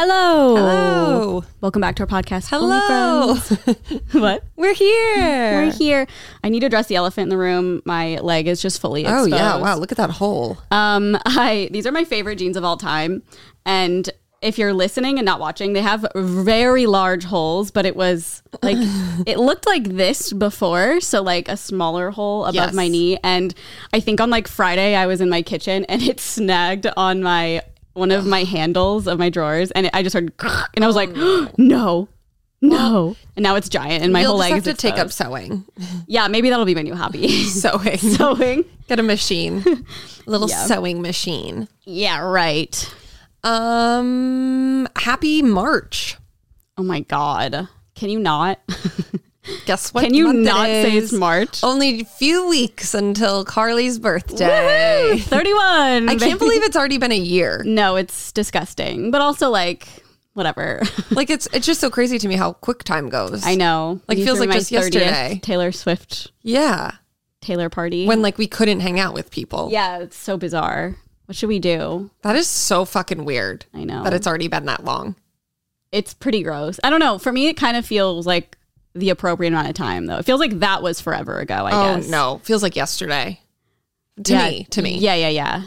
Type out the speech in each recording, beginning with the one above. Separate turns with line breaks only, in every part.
Hello.
Hello.
Welcome back to our podcast. Only
Hello.
Friends. what?
We're here.
We're here. I need to address the elephant in the room. My leg is just fully
Oh
exposed.
yeah! Wow, look at that hole.
Um, I these are my favorite jeans of all time, and if you're listening and not watching, they have very large holes. But it was like it looked like this before, so like a smaller hole above
Yes.
my knee. And I think on like Friday, I was in my kitchen and it snagged on my one of my handles of my drawers, and it, I just heard, and I was like, no. No, and now it's giant, and my
You'll
whole leg
just have
is
to take up
exposed.
sewing.
Yeah, maybe that'll be my new hobby:
Sewing.
sewing.
Get a machine, little
Yeah.
sewing machine.
Yeah, right.
Um, happy March.
Oh my god. Can you not?
Guess what?
Can you
month it
not say it's
is? Oh,
March?
Only a few weeks until Carly's birthday.
Woohoo! 31.
I can't believe it's already been a year.
No, it's disgusting. But also like whatever.
Like it's it's just so crazy to me how quick time goes.
I know.
Like,
You
feels
threw
like
my
just yesterday.
Taylor Swift
Yeah,
Taylor party.
when like we couldn't hang out with people.
Yeah, it's so bizarre. What should we do?
That is so fucking weird
I know.
that it's already been that long.
it's pretty gross. I don't know. For me it kind of feels like the appropriate amount of time though. It feels like that was forever ago, I
Oh
guess.
no, feels like yesterday. To
Yeah.
me, to me.
Yeah, yeah, yeah.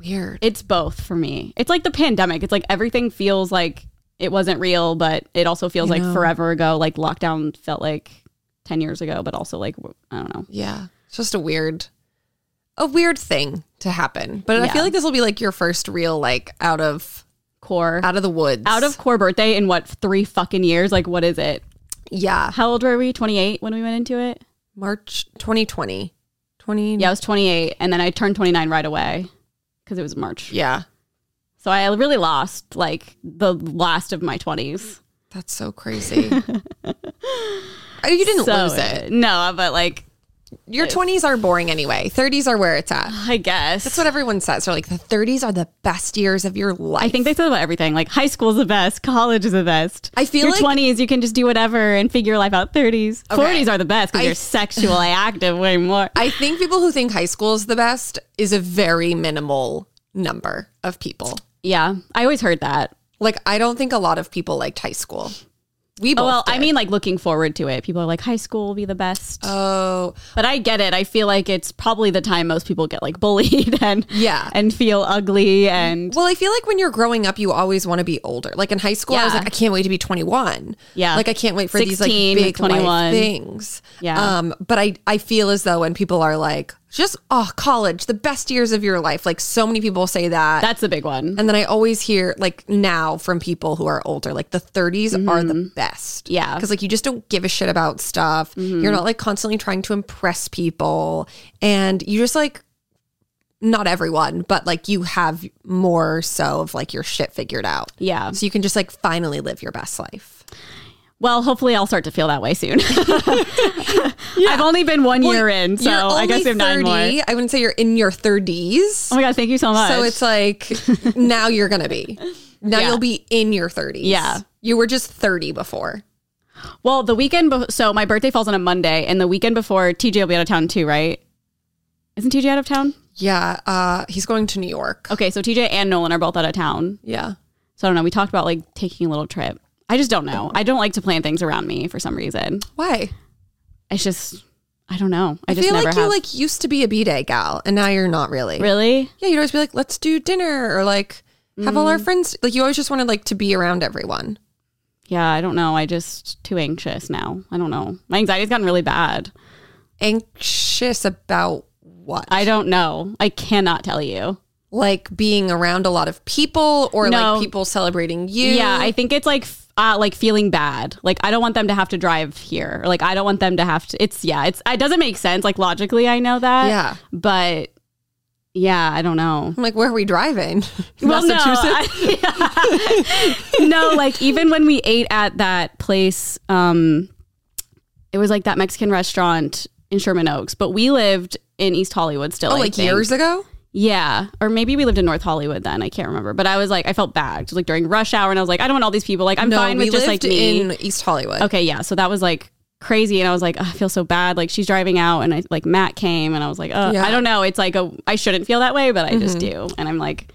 Weird.
it's both for me. It's like the pandemic. It's like everything feels like it wasn't real, but it also feels
I
like
know.
forever ago. Like lockdown felt like 10 years ago, but also like, w- I don't know.
Yeah. It's just a weird a weird thing to happen. But I
Yeah.
feel like this will be like your first real like out of
Core.
out of the woods.
Out of core birthday in what, three fucking years? Like, what is it?
yeah,
How old were we? 28 when we went into it?
Mm-hmm. March 2020. 20
Yeah, I was 28. And then I turned 29 right away because it was March.
Yeah.
So I really lost like the last of my 20s.
That's so crazy. Oh, you didn't
So-
lose it.
No, but like,
Your 20s are boring anyway. 30s are where it's at.
I guess.
That's what everyone says. They're like the 30s are the best years of your life.
I think they said about everything. Like high school's the best, college is the best.
I feel
your
like-
twenties, you can just do whatever and figure your life out. Thirties,
Okay.
forties are the best because
I-
you're sexually active way more.
I think people who think high school is the best is a very minimal number of people.
yeah, I always heard that.
Like, I don't think a lot of people liked high school. We both.
Oh, well, I
did.
mean, like looking forward to it. People are like, high school will be the best.
oh,
but I get it. I feel like it's probably the time most people get like bullied and
Yeah.
and feel ugly and
well, I feel like when you're growing up, you always want to be older. Like in high school, I was
Yeah.
like, I can't wait to be 21.
Yeah.
like I can't wait for these like
16,
big
21.
21 things.
Yeah.
Um, but I I feel as though when people are like, just oh, college, the best years of your life. Like so many people say that.
that's a big one.
And then I always hear like now from people who are older, like the 30s are the best.
Mm-hmm. Yeah. Mm-hmm.
Cause like you just don't give a shit about stuff. You're not like constantly trying to impress people. And you just like, not everyone, but like you have more so of like your shit figured out.
Yeah.
So you can just like finally live your best life.
Well, hopefully I'll start to feel that way soon. I've only been one year in, so
You're
I guess
only
we have nine more.
I wouldn't say you're in your 30s.
Oh my god, thank you so much.
So it's like now you're going to be. Now
Yeah.
you'll be in your 30s.
Yeah.
You were just 30 before.
Well, the weekend, be- so my birthday falls on a Monday, and the weekend before, TJ will be out of town too, right? Isn't TJ out of town?
Yeah, uh, he's going to New York.
Okay, so TJ and Nolan are both out of town.
Yeah.
So I don't know. We talked about like taking a little trip. I just don't know. I don't like to plan things around me for some reason.
Why?
It's just, I don't know. I,
I
just
feel
never
like
have.
you like used to be a b-day gal, and now you're not really.
really?
Yeah, you'd always be like, let's do dinner, or like have all
Mm.
our friends. Like you always just wanted like to be around everyone.
Yeah, I don't know. I just too anxious now. I don't know. My anxiety's gotten really bad.
Anxious about what?
I don't know. I cannot tell you.
like being around a lot of people, or
No.
like people celebrating you.
Yeah, I think it's like f- uh, like feeling bad. Like I don't want them to have to drive here. Or like I don't want them to have to. It's yeah. It's it doesn't make sense. Like logically, I know that.
Yeah.
but yeah, I don't know.
I'm like, where are we driving?
Well, no,
Massachusetts.
I- no, like even when we ate at that place, um, it was like that Mexican restaurant in Sherman Oaks, but we lived in East Hollywood still.
Oh,
I
like
think.
years ago.
Yeah. Or maybe we lived in North Hollywood then. I can't remember. But I was like, I felt bad. Just like during rush hour. And I was like, I don't want all these people. Like, I'm
No,
fine
we
with just like
lived
me.
in East Hollywood.
okay. Yeah. So that was like crazy. And I was like, "Ugh, I feel so bad. Like, she's driving out. And I like, Matt came. And I was like, oh,
Yeah. Mm-hmm.
I don't know. It's like, a, I shouldn't feel that way, but I just do. And I'm like,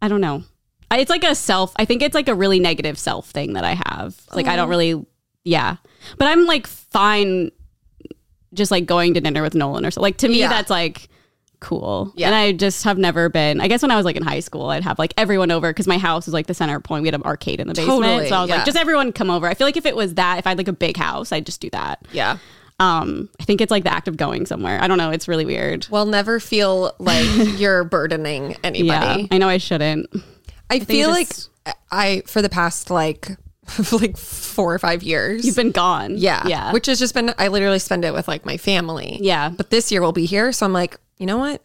I don't know. I- it's like a self. I think it's like a really negative self thing that I have. Like
Oh.
I don't really, yeah. But I'm like fine, just like going to dinner with Nolan or so. Like to me,
Yeah.
that's like cool.
Yeah.
And I just have never been. I guess when I was like in high school, I'd have like everyone over because my house was like the center point. We had an arcade in the basement,
Totally,
so I was
yeah.
like, just everyone come over. I feel like if it was that, if I had like a big house, I'd just do that.
Yeah.
Um, I think it's like the act of going somewhere. I don't know. It's really weird.
Well, never feel like you're burdening anybody.
Yeah, I know I shouldn't.
I, feel like
just-
I for the past like like four or five years.
You've been gone.
yeah.
yeah.
Which has just been I literally spend it with like my family.
Yeah.
But this year we'll be here. So I'm like, you know what?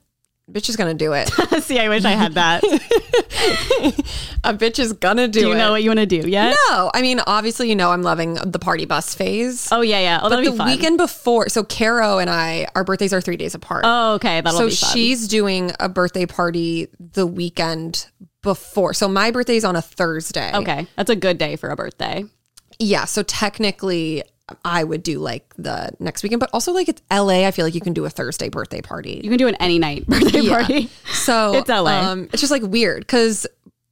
Bitch is gonna do it.
See, I wish I had that.
A bitch is gonna do,
Do you
it.
know what you want to do yet?
no, I mean, obviously, you know I'm loving the party bus phase.
Oh yeah, yeah. Oh, that'll
the
be fun.
weekend before, so Caro and I, our birthdays are three days apart.
oh, okay, that'll
so
be fun.
she's doing a birthday party the weekend before. So my birthday's on a Thursday.
okay, that's a good day for a birthday.
Yeah. So technically, I would do like the next weekend, but also like it's LA. I feel like you can do a Thursday birthday party.
You can do an any night birthday party.
So
It's LA.
Um, it's just like weird because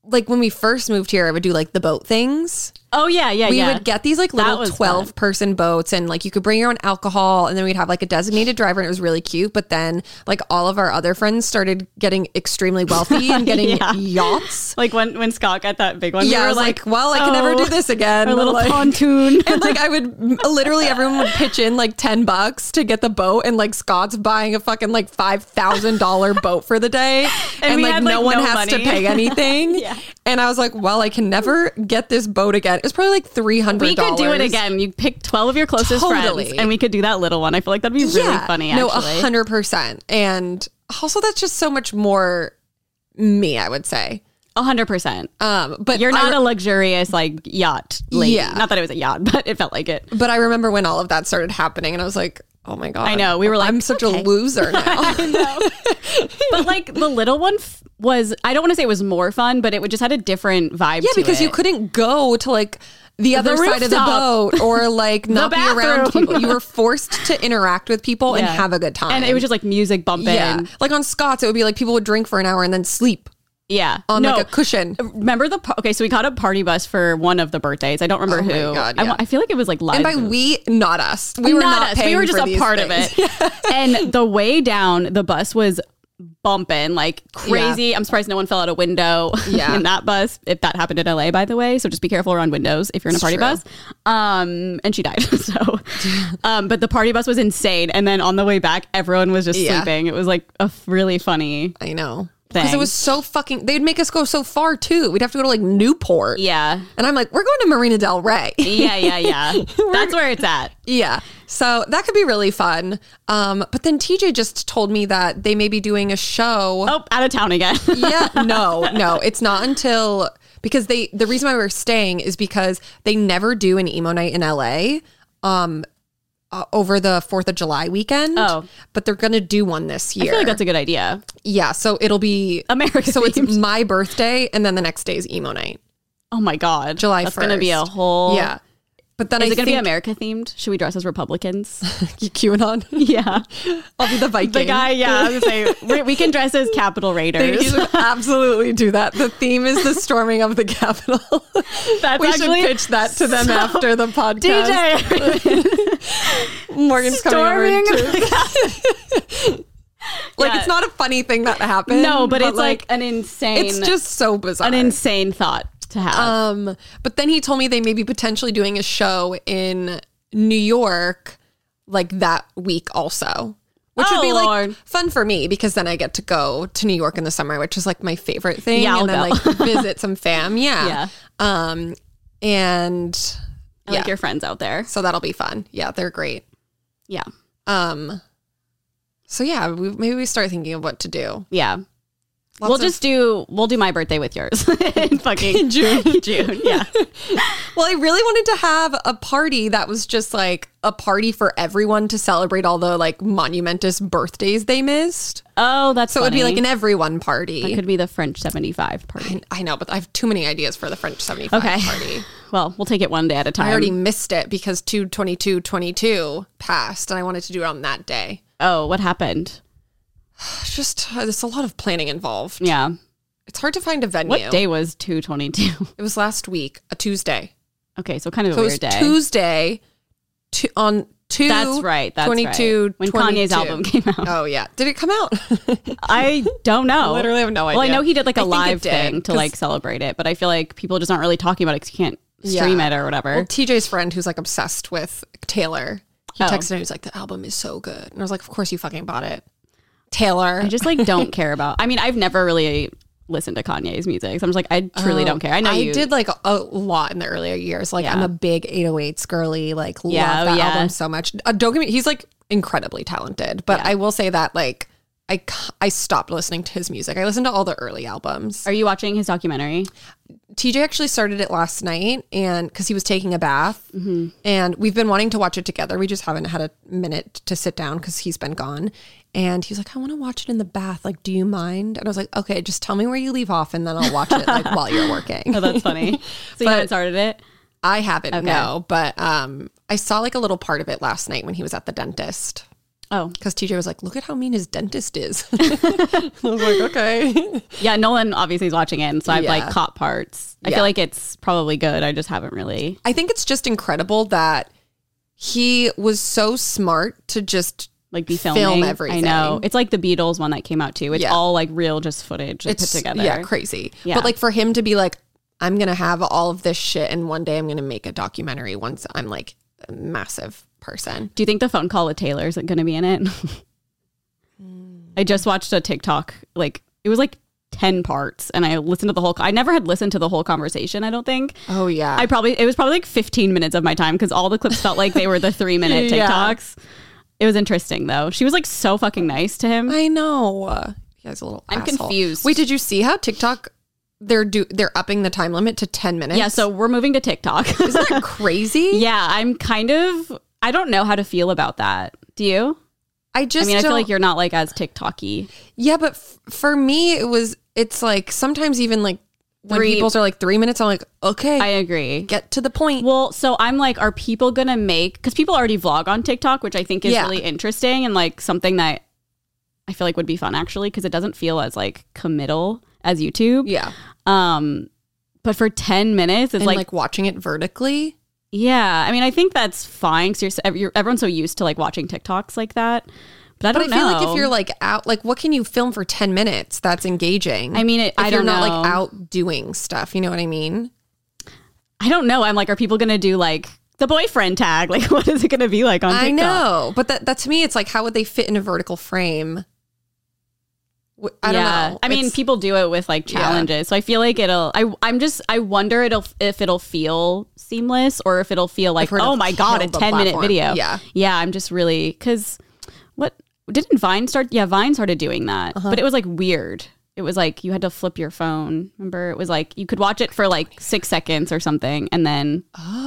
like when we first moved here, I would do like the boat things.
Oh yeah, yeah,
We
yeah.
would get these like little
was
12 person boats and like you could bring your own alcohol and then we'd have like a designated driver and it was really cute. But then like all of our other friends started getting extremely wealthy and getting
Yeah.
yachts.
like when when Scott got that big one.
Yeah,
we
I
were
was like, well, I can
oh,
never do this again.
Our little
Like-
pontoon.
and like I would literally everyone would pitch in like 10 bucks to get the boat and like Scott's buying a fucking like $5,000 boat for the day and,
we
like
had,
no
like,
one
no
has to
money.
pay anything.
Yeah.
And I was like, well, I can never get this boat again. It was probably like $300.
we could do it again. You pick twelve of your closest
Totally.
friends, and we could do that little one. I feel like that'd be really funny.
No,
actually.
100%. And also that's just so much more me, I would say.
a hundred percent.
Um, but
You're
I-
not a luxurious like yacht lady.
Yeah.
Not that it was a yacht, but it felt like it.
But I remember when all of that started happening, and I was like, "Oh my god!" I
know. We were like,
"I'm such
okay.
a loser now."
but like the little one f- was i don't want to say it was more fun but it would just had a different vibe
yeah,
to
because
it.
you couldn't go to like the other side of the
rooftop.
boat or like not be around
bathroom.
people. You were forced to interact with people and
Yeah.
have a good time.
and it was just like music bumping
yeah,
yeah,
like on Scots, it would be like people would drink for an hour and then sleep on
no
like a cushion.
remember the par- okay so we caught a party bus for one of the birthdays i don't remember
Oh my
who
God,
I,
yeah.
wa- I feel like it was like live
And by we, not us. We were Mm. not,
us.
paying
we were just
for
a
these
part
things.
of it and the way down the bus was bumping like crazy i'm surprised no one fell out a window
Yeah.
in that bus if that happened in la by the way so just be careful around windows if you're in a party
true.
bus um and she died so um but the party bus was insane and then on the way back everyone was just
Yeah.
sleeping it was like a f- really funny
I know. Because it
Thing.
was so fucking. They'd make us go so far too. We'd have to go to like Newport.
yeah
And I'm like, we're going to Marina Del Rey.
yeah yeah yeah that's where it's at
Yeah. So that could be really fun. Um, but then TJ just told me that they may be doing a show.
oh out of town again
Yeah. No, no, it's not until because they the reason why we're staying is because they never do an emo night in LA. Um uh, over the 4th of July weekend.
Oh.
But they're going to do one this year.
i feel like that's a good idea
yeah. So it'll be
America
So it's
themed.
my birthday and then the next day is emo night.
oh my god
July
that's gonna be a
1st.
whole
Yeah. But then
Is
I
it going to be
think
America themed? Should we dress as Republicans?
QAnon.
yeah.
I'll be the Viking.
The guy, yeah, I was gonna say we, we can dress as Capitol
You
Raiders.
should absolutely do that. The theme is the storming of the Capitol.
That's
we
actually
should pitch that to them
so-
after the podcast.
DJ
Morgan's
storming.
coming over. To, like
Yeah.
it's not a funny thing that happened.
no, but, it's like, an insane,
it's just so bizarre.
an insane thought to have.
um, but then he told me they may be potentially doing a show in New York, like that week also. Which
Oh,
would be like
Lord.
fun for me because then I get to go to New York in the summer, which is like my favorite thing.
Yeah, I'll
and then
go.
like visit some fam.
yeah,
Um, and
I like your friends out there.
so that'll be fun. Yeah, they're great.
Yeah,
Um, so yeah, we, maybe we start thinking of what to do.
yeah.
Lots
we'll
of-
just do we'll do my birthday with yours in fucking
In June.
June, yeah.
well, I really wanted to have a party that was just like a party for everyone to celebrate all the like monumentous birthdays they missed.
Oh, that's
So it would be like
funny.
an everyone party.
It could be the French seventy five party.
I- I know, but I have too many ideas for the French 75
Okay.
party.
Well, we'll take it one day at a time.
I already missed it because 22222 passed and I wanted to do it on that day.
oh, what happened?
It's just, uh, there's a lot of planning involved.
Yeah.
It's hard to find a venue.
What day was 222?
It was last week, a Tuesday.
Okay, so kind of
So
a
it
weird
was
day.
Tuesday to, on 2
That's right. That's
22,
right. When Kanye's
22.
album came out.
Oh yeah. Did it come out?
I don't know.
Literally have no
Well, I
idea.
know he did like
I
a
think it
live
did,
thing to
'cause-
like celebrate it, but I feel like people just aren't really talking about it because you can't stream
Yeah.
it or whatever.
Well, TJ's friend who's like obsessed with Taylor. He
Oh.
texted me, he was like, The album is so good. And I was like, Of course you fucking bought it. Taylor.
I just like don't care about. I mean, I've never really listened to Kanye's music, so I'm just like, I truly don't care. Oh. I know
I
you
did like a, a lot in the earlier years. Like I'm a big 808s girly. Like
Yeah,
love
oh,
that
yeah.
album so much. Uh, don't get me. He's like incredibly talented, but I will say that like I c- I stopped listening to his music. I listened to all the early albums.
Are you watching his documentary?
TJ actually started it last night, and because he was taking a bath, and we've been wanting to watch it together. We just haven't had a minute to sit down because he's been gone. And he's like, I want to watch it in the bath. Like, do you mind? And I was like, okay, just tell me where you leave off, and then I'll watch it like while you're working.
Oh, that's funny. so you haven't started it?
I haven't, no, but um, I saw like a little part of it last night when he was at the dentist
Oh,
because TJ was like, "Look at how mean his dentist is." I was like, "Okay."
yeah. Nolan obviously is watching it, and so I've like
Yeah.
caught parts. I
Yeah.
feel like it's probably good. I just haven't really.
I think it's just incredible that he was so smart to just
Like be
Film
filming.
everything.
I know it's like the Beatles one that came out too. It's
Yeah.
all like real, just footage like, put together.
yeah, crazy.
Yeah.
But like for him to be like, "I'm gonna have all of this shit, and one day I'm gonna make a documentary once I'm like a massive person."
Do you think the phone call with Taylor is going to be in it? I just watched a TikTok. Like it was like ten parts, and I listened to the whole. I never had listened to the whole conversation. I don't think.
Oh yeah,
I probably it was probably like fifteen minutes of my time because all the clips felt like they were the three minute
Yeah.
TikToks. It was interesting though. She was like so fucking nice to him.
I know. He has a little.
I'm
asshole.
confused.
Wait, did you see how TikTok they're do they're upping the time limit to ten minutes?
Yeah, so we're moving to TikTok.
isn't that crazy?
yeah, I'm kind of. I don't know how to feel about that. Do you?
I
I
just
mean, I feel
don't-
like you're not like as TikToky.
yeah, but f- for me it was it's like sometimes even like when
Three-
people's are like three minutes, I'm like okay,
I agree.
get to the point.
Well, so I'm like, are people gonna make? Because people already vlog on TikTok, which I think is
Yeah.
really interesting and like something that I feel like would be fun actually, because it doesn't feel as like committal as YouTube.
yeah,
Um, but for ten minutes, it's
and
like,
like, watching it vertically.
yeah. I mean, I think that's fine because you're, s- ev- you're everyone's so used to like watching TikToks like that. But I
But I,
don't
feel
know.
like if you're like out, like what can you film for ten minutes that's engaging?
I mean, it,
if
I
you're
don't
not
know.
like out doing stuff, you know what I mean?
I don't know. I'm like, are people gonna do like the boyfriend tag? Like, what is it gonna be like on TikTok?
I know, but that, that to me, it's like, how would they fit in a vertical frame? W- I don't know.
I mean,
It's-
people do it with like
Yeah.
challenges, so I feel like it'll. I I'm just. I wonder it'll if it'll feel seamless or if it'll feel like
we're gonna
oh my god a
kill the
ten minute
platform.
video.
Yeah.
yeah. I'm just really because what didn't Vine start? Yeah, Vine started doing that,
Uh-huh.
but it was like weird. It was like you had to flip your phone. Remember, it was like you could watch it for like six seconds or something, and then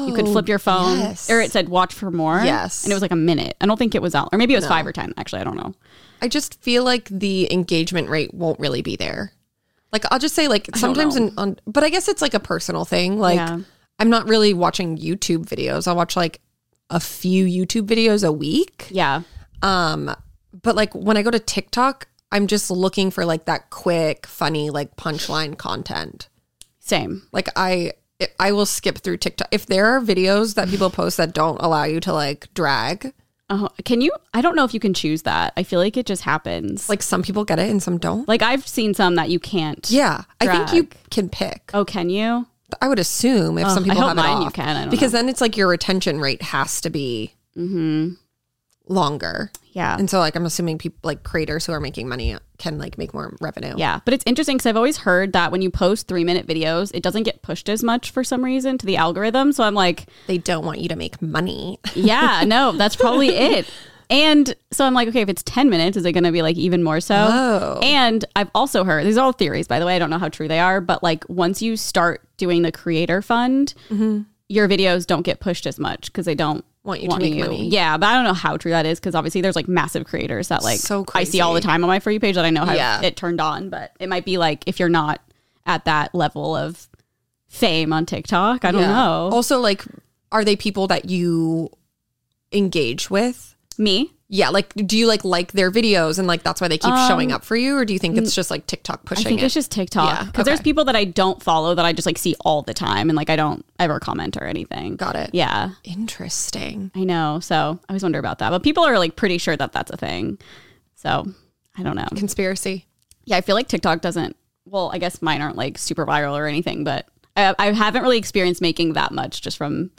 you could flip your phone.
Oh, yes.
Or it said watch for more.
Yes.
and it was like a minute. I don't think it was out, or maybe it was five or ten. Actually, I don't know.
I just feel like the engagement rate won't really be there. Like, I'll just say, like, sometimes, in, on, but I guess it's like a personal thing. Like,
Yeah.
I'm not really watching YouTube videos. I watch like a few YouTube videos a week.
Yeah,
Um, but like when I go to TikTok, I'm just looking for like that quick, funny, like punchline content.
same.
Like I I will skip through TikTok. If there are videos that people post that don't allow you to like drag,
Oh, can you? I don't know if you can choose that. I feel like it just happens. Like,
like some people get it and some don't.
like I've seen some that you can't.
Yeah, I think you
Drag.
can pick.
Oh, can you?
I would assume if some
I
people
hope
have it
mine you
off.
can. I don't
because then it's like your retention rate has to be
Mm-hmm.
longer.
Yeah.
And so like I'm assuming people like creators who are making money can like make more revenue.
yeah. But it's interesting because I've always heard that when you post three minute videos, it doesn't get pushed as much for some reason to the algorithm. So I'm like,
They don't want you to make money.
yeah, no, that's probably it. And so I'm like, okay, if it's 10 minutes, is it going to be like even more so?
Oh.
And I've also heard, these are all theories, by the way. I don't know how true they are, but like once you start doing the creator fund, your videos don't get pushed as much because they don't
Mm-hmm. Want you to make money.
Yeah, but I don't know how true that is because obviously there's like massive creators that like
So
I see all the
crazy.
time on my For You page that I know how
Yeah.
it turned on, but it might be like if you're not at that level of fame on TikTok, I don't
Oh.
know.
Also, like, are they people that you engage with?
Me?
Yeah, like do you like like their videos and like that's why they keep showing up for you or do you think it's just like TikTok
Um, I
pushing
think
it?
it's just TikTok
Yeah,
because there's
okay.
people that I don't follow that I just like see all the time and like I don't ever comment or anything.
Got it.
Yeah,
Interesting.
I know. So I always wonder about that, but people are like pretty sure that that's a thing. So I don't know.
Conspiracy.
Yeah, I feel like TikTok doesn't. Well, I guess mine aren't like super viral or anything, but I, I haven't really experienced making that much just from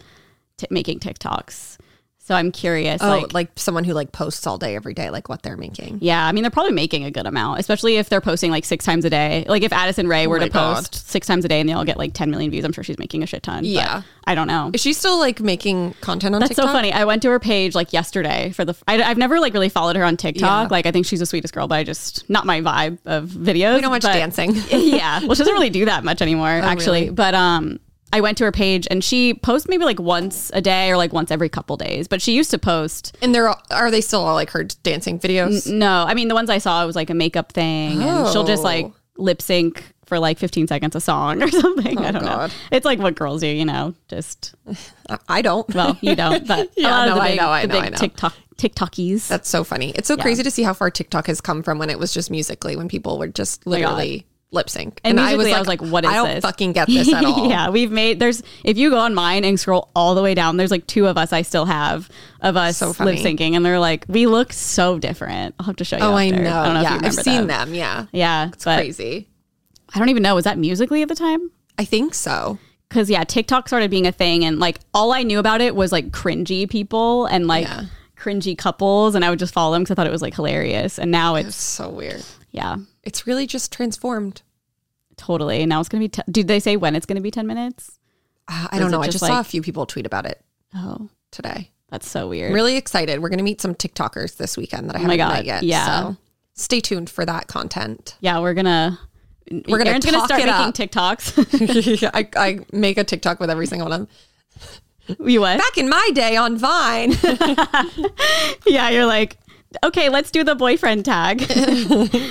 t- making TikToks. So I'm curious.
Oh,
like,
like, someone who like posts all day every day like what they're making.
yeah, I mean, they're probably making a good amount, especially if they're posting like six times a day. Like, if Addison Ray were
Oh my
to post six times a day and they all get like 10 million views, I'm sure she's making a shit ton. but
Yeah.
I don't know.
Is she still like making content on
That's
TikTok?
so funny. I went to her page like yesterday for the. I, have never like really followed her on TikTok.
Yeah.
Like I think she's the sweetest girl, but I just not my vibe of videos.
We don't watch
but-
dancing.
yeah, well, she doesn't really do that much anymore, actually.
really?
But um, I went to her page and she posts maybe like once a day or like once every couple days. But she used to post.
and they're all, are they still all like her dancing videos?
No, I mean the ones I saw it was like a makeup thing, and she'll just
Oh.
like lip sync for like 15 seconds a song or something. I don't
Oh, God.
know. It's like what girls do, you know, just
I- I don't.
well, you don't, but
Yeah,
a lot of
no,
the
I
big,
know, I
the
know,
big
I know.
TikTok TikTokies.
That's so funny. It's so crazy to see how far TikTok has come from when it was just musically, when people were just
Oh God.
literally lip sync.
And musically, I was like, what is
I don't
this?
fucking get this at all.
yeah, we've made there's if you go on mine and scroll all the way down, there's like two of us I still have of us
So
lip
funny.
syncing, and they're like we look so different. I'll have to show you.
Oh, I
after.
know.
don't know
yeah,
if you remember
I've seen
them.
them. Yeah,
Yeah, but
crazy.
I don't even know. Was that musically at the time?
I think so.
Because yeah, TikTok started being a thing, and like all I knew about it was like cringy people and like.
Yeah.
Cringy couples, and I would just follow them because I thought it was like hilarious. And now
It's
it's
so weird.
yeah,
It's really just transformed.
totally. Now it's gonna be. Te- Did they say when it's gonna be ten minutes?
Uh, I
Is
don't
it
know. I
just
just saw a
like-
few people tweet about it
Oh,
today.
that's so weird.
I'm really excited. We're gonna meet some TikTokers this weekend that I
Oh my
haven't met
God,
yet.
yeah.
So stay tuned for that content.
Yeah, we're gonna
We're gonna
Aaron's gonna
talk
start
it
making
up.
TikToks.
I, I make a TikTok with every single one of them.
you what?
Back in my day on Vine.
Yeah, you're like, okay, let's do the boyfriend tag.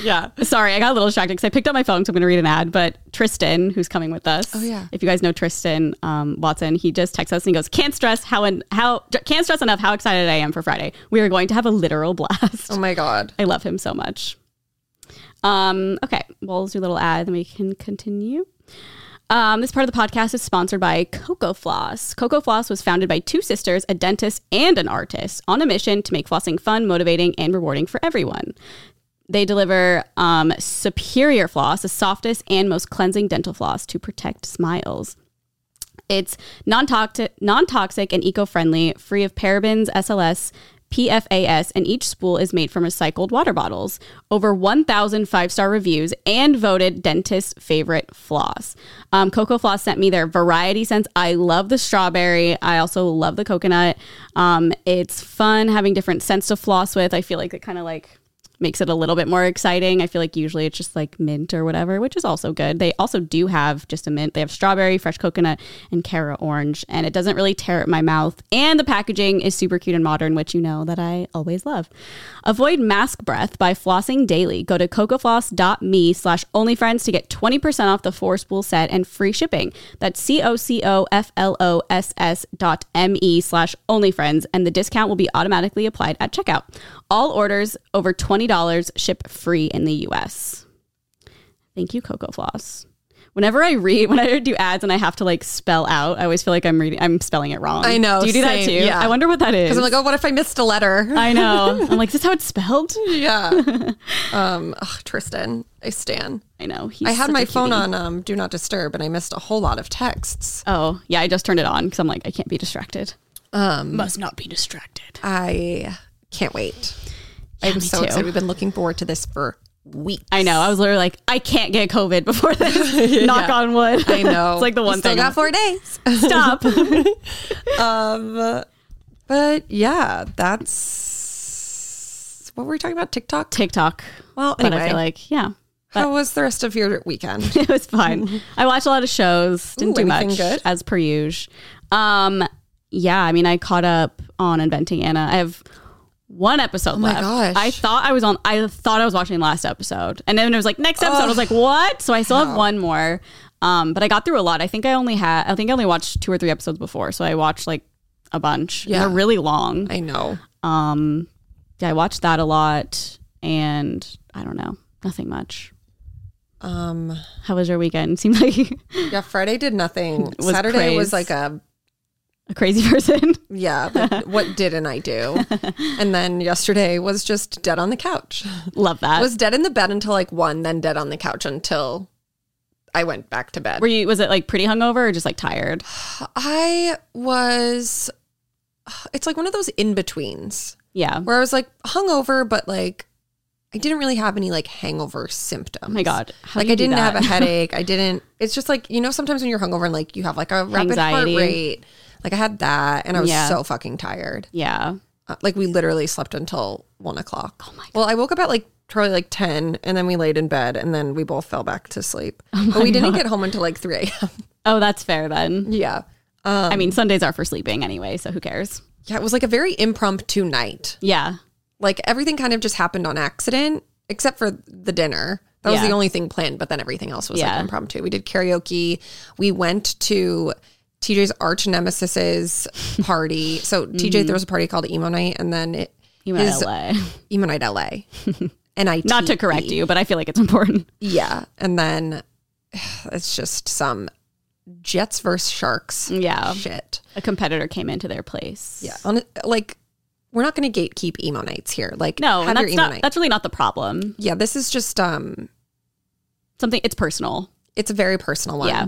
yeah.
Sorry, I got a little distracted because I picked up my phone, so I'm gonna read an ad. But Tristan, who's coming with us, oh
yeah.
if you guys know Tristan um, Watson, he just texts us and he goes, "Can't stress how and how can't stress enough how excited I am for Friday. We are going to have a literal blast.
Oh my god.
I love him so much." Um, okay, well, let's do a little ad, and we can continue. Um, this part of the podcast is sponsored by Coco Floss. Coco Floss was founded by two sisters, a dentist and an artist, on a mission to make flossing fun, motivating, and rewarding for everyone. They deliver um, superior floss, the softest and most cleansing dental floss to protect smiles. It's non-toxic, non-toxic and eco-friendly, free of parabens, SLS, PFAS, and each spool is made from recycled water bottles. Over 1,000 five-star reviews and voted dentist favorite floss. Um, Coco Floss sent me their variety scents. I love the strawberry. I also love the coconut. Um, it's fun having different scents to floss with. I feel like it kind of like makes it a little bit more exciting. I feel like usually it's just like mint or whatever, which is also good. They also do have just a mint. They have strawberry, fresh coconut, and Cara orange, and it doesn't really tear at my mouth. And the packaging is super cute and modern, which you know that I always love. Avoid mask breath by flossing daily. Go to cocofloss.me slash onlyfriends to get 20% off the four spool set and free shipping. That's C-O-C-O-F-L-O-S-S dot M-E slash onlyfriends, and the discount will be automatically applied at checkout. All orders over $20 ship free in the US. Thank you, Coco Floss. Whenever I read, when I do ads and I have to like spell out, I always feel like I'm reading, I'm spelling it wrong.
I know,
Do you do that
same,
too?
yeah.
I wonder what that is.
Because I'm like, oh, what if I missed a letter?
I know. I'm like, is this how it's spelled?
yeah. Um, ugh, Tristan, I stan.
I know. He's
I had
such a
my phone
cutie.
on um, do not disturb, and I missed a whole lot of texts.
Oh, yeah. I just turned it on because I'm like, I can't be distracted.
Um,
Must not be distracted.
I can't wait. I'm
me
so
too.
excited. We've been looking forward to this for weeks.
I know. I was literally like, I can't get COVID before this. Knock on wood.
I know.
it's like the
We
one
still
thing.
got four days.
Stop.
um, but yeah, that's what were we talking about? TikTok.
TikTok.
Well,
But I
anyway.
feel like, yeah,
How was the rest of your weekend?
it was fun. I watched a lot of shows. Didn't
Ooh,
do
anything
much
good?
as per usual. Um, yeah. I mean, I caught up on Inventing Anna. I have one episode
Oh my
left.
gosh.
I thought I was on. I thought I was watching the last episode, and then it was like next episode. I was like, what? So I still have one more. Um, but I got through a lot. I think I only had. I think I only watched two or three episodes before, so I watched like a bunch. And
Yeah.
they're really long.
I know.
Um, yeah, I watched that a lot, and I don't know, nothing much.
Um,
How was your weekend? Seemed like
yeah, Friday did nothing.
Was
Saturday was
crazed.
like a
a crazy person.
yeah. Like, what didn't I do? And then yesterday was just dead on the couch.
Love that.
was dead in the bed until like one, then dead on the couch until I went back to bed.
Were you? Was it like pretty hungover or just like tired?
I was. It's like one of those in betweens
Yeah.
where I was like hungover, but like I didn't really have any like hangover symptoms.
Oh my god. How do
Like
you
I
do
didn't have a
that?
headache. I didn't. It's just like you know sometimes when you're hungover and like you have like a rapid
Anxiety.
heart rate. Like I had that, and I was
Yeah.
so fucking tired.
yeah.
Uh, like we literally slept until one o'clock. Oh my well, I woke up at like probably like ten, and then we laid in bed, and then we both fell back to sleep. but we didn't get home until like three a.m.
Oh, that's fair then.
yeah. Uh,
I mean, Sundays are for sleeping anyway, so who cares?
Yeah, it was like a very impromptu night.
Yeah.
Like everything kind of just happened on accident, except for the dinner. That was
Yeah.
the only thing planned, but then everything else was
Yeah.
like impromptu. We did karaoke. We went to TJ's arch nemesis's party. So TJ
Mm-hmm.
there was a party called Emo Night, and then it,
You went
his-
to LA.
Emo Night LA. and I E.
Not to correct you, but I feel like it's important.
yeah, and then it's just some Jets versus Sharks
Yeah.
shit.
A competitor came into their place.
Yeah, on, like we're not going to gatekeep emo nights here. Like,
No,
have
and
your
that's
emo
not
night.
that's really not the problem.
Yeah, this is just um,
Something it's personal.
it's a very personal one.
Yeah.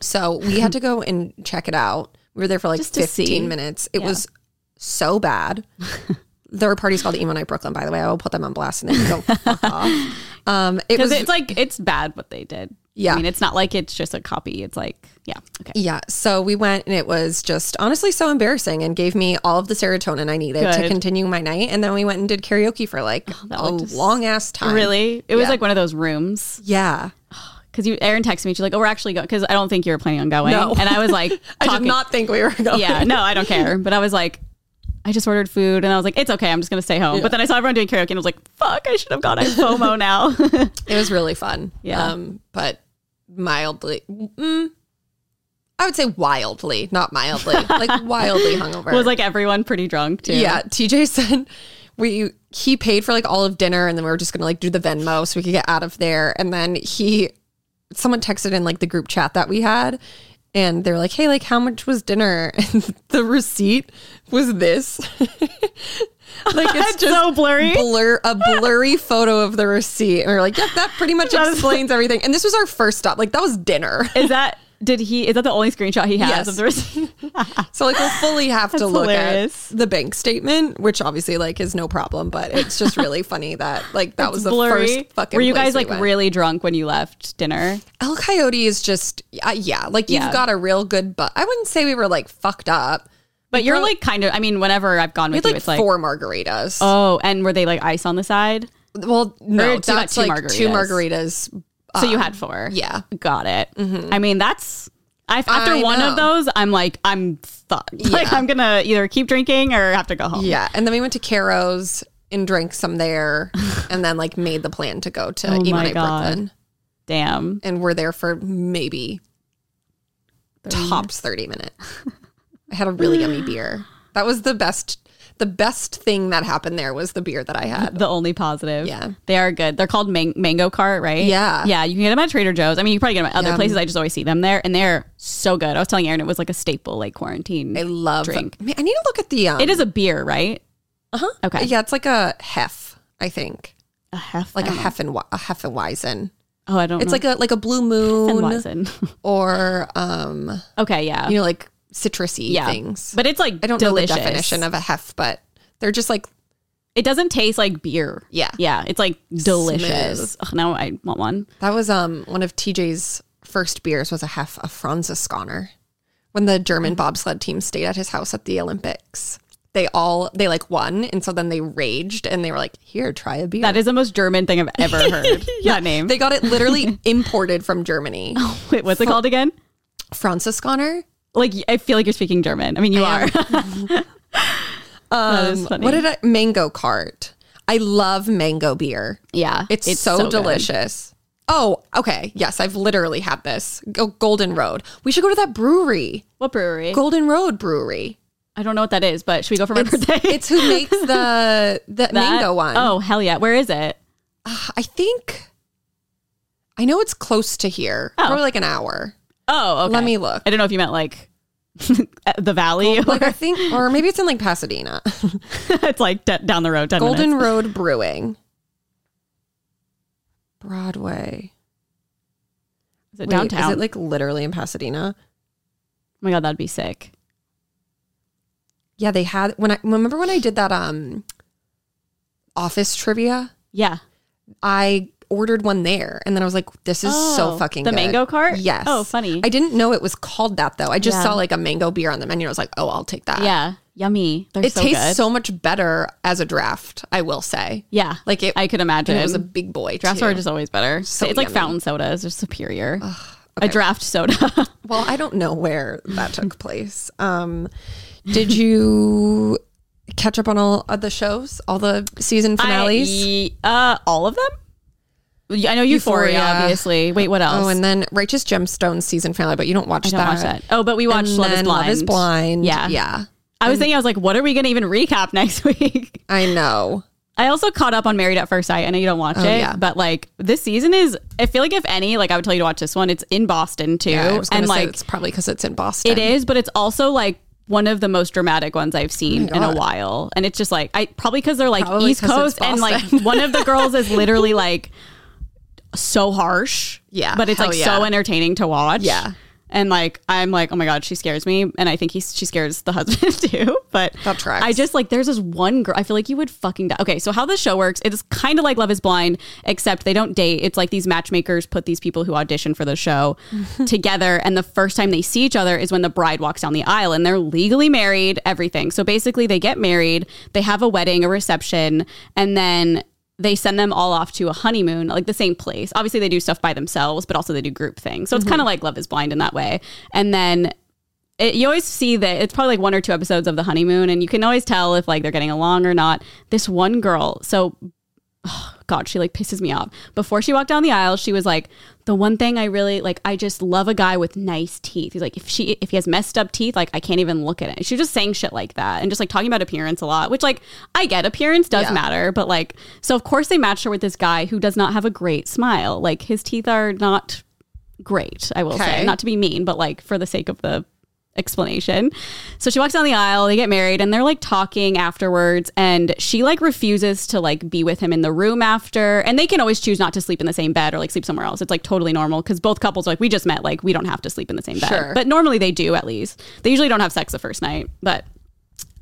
So we had to go and check it out. We were there for like
Just to see.
fifteen minutes. It
Yeah.
was so bad. Their party's called Emo Night Brooklyn, by the way. I will put them on blast and they can go fuck off. Um, it
Because
was
it's like it's bad what they did.
Yeah.
I mean, it's not like it's just a copy. It's like, yeah. Okay.
Yeah. So we went and it was just honestly so embarrassing and gave me all of the serotonin I needed to
Good. Oh,
continue my night. And then we went and did karaoke for like
that
a
would just-
long ass time.
Really? It was
Yeah.
like one of those rooms.
Yeah.
Because you, Aaron texted me. She's like, "Oh, we're actually going." Because I don't think you were planning on going.
No.
And I was like,
I did
talking-
not think we were going.
yeah, no, I don't care. But I was like, I just ordered food, and I was like, it's okay. I'm just gonna stay home. But then I saw everyone doing karaoke, and I was like, fuck, I should have gone. I FOMO now.
It was really fun.
Yeah.
Um, but mildly, mm, I would say wildly, not mildly, like wildly hungover.
was like everyone pretty drunk too.
Yeah, TJ said we he paid for like all of dinner and then we were just gonna like do the Venmo so we could get out of there. And then he someone texted in like the group chat that we had and they were like, Hey, like how much was dinner? And the receipt was this. like it's
it's
just
so blurry.
blur a blurry photo of the receipt. And we are like, Yep, that pretty much
That's-
explains everything. And this was our first stop. Like that was dinner.
Is that did he? Is that the only screenshot he has
Yes.
of the receipt?
So like we'll fully have to
That's
look
hilarious.
at the bank statement, which obviously like is no problem, but it's just really funny that like that was the
blurry.
first fucking.
Were you
place
guys
we
like
went.
really drunk when you left dinner?
El Coyote is just uh, yeah, like you've
Yeah.
got a real good but I wouldn't say we were like fucked up.
But you're
Well-
like kind of. I mean, whenever I've gone
We
with
had
you,
like
it's like
four margaritas.
oh, and were they like ice on the side?
well,
you
no,
got
that's
two
like two
margaritas.
margaritas.
So you had four.
Um, yeah.
Got it. I mean, that's. I, after
Mm-hmm. I
one of
know.
those, I'm like, I'm fucked. Like, I'm gonna either keep drinking or have to go home.
Yeah, and then we went to Caro's and drank some there, and then like made the plan to go to oh
my God.
Brooklyn,
Damn.
and we're there for maybe tops 30 minutes. I had a really yummy beer. That was the best the best thing that happened there was the beer that I had.
The only positive.
Yeah.
They are good. They're called man- Mango Cart, right?
Yeah.
Yeah. You can get them at Trader Joe's. I mean, you can probably get them at other
Yum.
places. I just always see them there, and they're so good. I was telling Aaron it was like a staple, like quarantine.
I love
Drink.
Man, I need to look at the um,
it is a beer, right?
uh-huh.
Okay.
Yeah, it's like a hef, I think.
A hef.
Like
I
a
don't know.
heffen a hefenweizen.
Oh, I don't
It's
know.
like a like a blue moon
Hefeweizen.
or um
okay. Yeah.
you know like citrusy
yeah.
things.
But it's like
I don't
delicious.
know the definition of a hef, but they're just like
It doesn't taste like beer.
Yeah.
Yeah. It's like delicious. Ugh, now I want one.
That was um one of TJ's first beers was a half a Franziskaner. When the
Mm-hmm.
German bobsled team stayed at his house at the Olympics. They all they like won and so then they raged and they were like, "Here, try a beer."
That is the most German thing I've ever heard. That name.
they got it literally imported from Germany.
Wait, what's it called again?
Franziskaner?
Like, I feel like you're speaking German. I mean, you are. Uh, That is funny.
Um, What did I mango cart? I love mango beer.
yeah.
It's, so,
good.
delicious. Oh, okay. Yes, I've literally had this. Go Golden Road. We should go to that brewery.
What brewery?
Golden Road Brewery.
I don't know what that is, but should we go for my birthday?
It's who makes the the
That-
mango one.
Oh hell yeah! Where is it?
I think I know it's close to here. Probably like an hour.
Oh, okay.
Let me look.
I don't know if you meant like the valley.
Like I
or
think or maybe it's in like Pasadena.
it's like d- down the road. 10 minutes.
Golden Road Brewing. Broadway.
Is it
Wait,
downtown?
Is it like literally in Pasadena?
oh my god, that'd be sick.
Yeah, they had when I remember when I did that um office trivia.
Yeah.
I ordered one there and then I was like, this is so
Oh,
fucking
the
good.
mango cart?
Yes.
Oh, funny.
I didn't know it was called that though. I just
Yeah.
saw like a mango beer on the menu. I was like, oh, I'll take that.
yeah. Yummy. They're
It
so
tastes
good.
so much better as a draft, I will say.
yeah.
Like it,
I could imagine.
and it was a big boy.
Drafts
too.
are just always better.
So
it's like
yummy.
fountain sodas. They're superior.
okay.
A draft soda.
well, I don't know where that took place. Um, did you catch up on all of the shows, all the season finales?
I, uh, all of them? Yeah, I know Euphoria,
Euphoria.
obviously. Wait, what else?
oh, and then Righteous Gemstones season finale, but you don't watch
I don't
that.
watch that. Oh, but we watched
And
Love is
then
Blind.
Love is Blind.
Yeah.
Yeah.
I was thinking, I was like, what are we going to even recap next week?
I know.
I also caught up on Married at First Sight. I know you don't watch it,
Oh, yeah.
but like this season is, I feel like if any, like I would tell you to watch this one. It's in Boston too.
Yeah, I was gonna
and
say
like
it's probably because it's in Boston.
it is, but it's also like one of the most dramatic ones I've seen in a
Oh God.
while. And it's just like, I probably because they're like
Probably
East
'cause it's
Coast and like
Boston.
one of the girls is literally like so harsh.
Yeah,
But it's
hell
like
yeah.
so entertaining to watch.
Yeah.
And like I'm like, oh my god, she scares me, and I think he she scares the husband too. But
That tracks.
I just like there's this one girl. I feel like you would fucking die. Okay, so how this show works? It's kind of like Love Is Blind, except they don't date. It's like these matchmakers put these people who audition for the show together, and the first time they see each other is when the bride walks down the aisle, and they're legally married. Everything. So basically, they get married, they have a wedding, a reception, and then they send them all off to a honeymoon, like the same place. Obviously, they do stuff by themselves, but also they do group things. So it's kind of like Love is Blind in that way. And then it, you always see that it's probably like one or two episodes of the honeymoon, and you can always tell if like they're getting along or not. This one girl, so oh, God, she like pisses me off. Before she walked down the aisle, she was like, "The one thing I really like, I just love a guy with nice teeth." He's like, "If she, if he has messed up teeth, like I can't even look at it." She was just saying shit like that and just like talking about appearance a lot, which like I get appearance does
Yeah.
matter, but like so of course they matched her with this guy who does not have a great smile. Like his teeth are not great, I will
Okay.
say. Not to be mean, but like for the sake of the explanation. So she walks down the aisle, they get married, and they're like talking afterwards. And she like refuses to like be with him in the room after. And they can always choose not to sleep in the same bed or like sleep somewhere else. It's like totally normal because both couples are like, we just met, like, we don't have to sleep in the same bed.
Sure.
But normally they do at least. They usually don't have sex the first night, but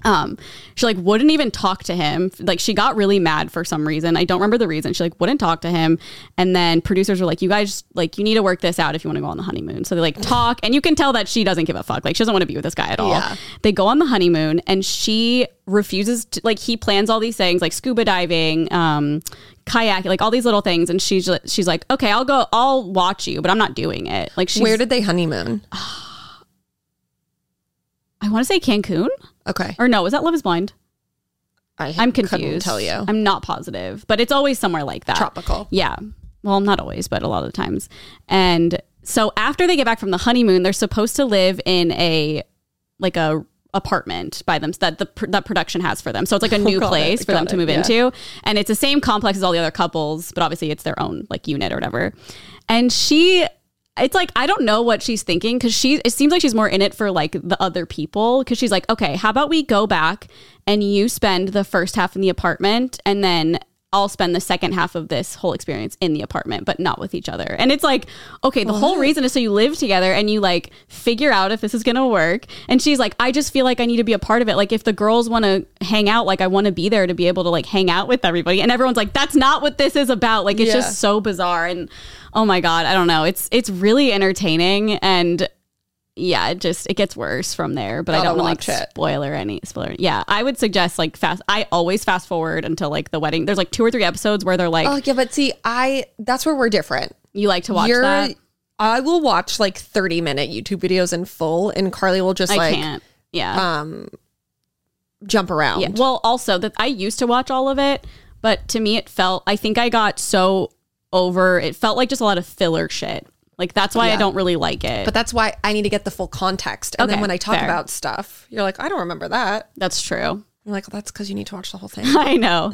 um she like wouldn't even talk to him like she got really mad for some reason i don't remember the reason she like wouldn't talk to him and then producers were like you guys like you need to work this out if you want to go on the honeymoon so they like talk and you can tell that she doesn't give a fuck like she doesn't want to be with this guy at all
Yeah.
they go on the honeymoon and she refuses to like he plans all these things like scuba diving um kayak like all these little things and she's she's like okay i'll go i'll watch you but i'm not doing it like she's,
Where did they honeymoon?
i want to say cancun
Okay,
or no was that love is blind
I
I'm
couldn't
confused.
Tell you
I'm not positive, but it's always somewhere like that.
tropical.
Yeah. Well, not always, but a lot of the times. And so after they get back from the honeymoon, they're supposed to live in a like a apartment by them that the pr- that production has for them. So it's like a new
Oh, got it,
place for them
got
to
it,
move
yeah.
into, and it's the same complex as all the other couples, but obviously it's their own like unit or whatever. And she it's like I don't know what she's thinking because she it seems like she's more in it for like the other people because she's like okay how about we go back and you spend the first half in the apartment and then I'll spend the second half of this whole experience in the apartment but not with each other and it's like okay the whole reason is so you live together and you like figure out if this is gonna work and she's like I just feel like I need to be a part of it like if the girls want to hang out like I want to be there to be able to like hang out with everybody and everyone's like that's not what this is about like it's
Yeah.
just so bizarre and oh my god i don't know it's it's really entertaining and yeah it just it gets worse from there but i
Gotta
don't want
watch
to like
it.
spoiler any spoiler yeah i would suggest like fast i always fast forward until like the wedding there's like two or three episodes where they're like
Oh yeah, but see, I that's where we're different.
you like to watch
You're,
that
I will watch like 30 minute YouTube videos in full, and Carly will just
i
like
can't yeah
um jump around.
Yeah. Well, also that I used to watch all of it, but to me it felt I think I got so over it felt like just a lot of filler shit. Like that's why I
Yeah.
don't really like it.
But that's why I need to get the full context. And
Okay,
then when I talk
fair.
about stuff, you're like, I don't remember that.
that's true.
You're like, well, that's because you need to watch the whole thing.
I know.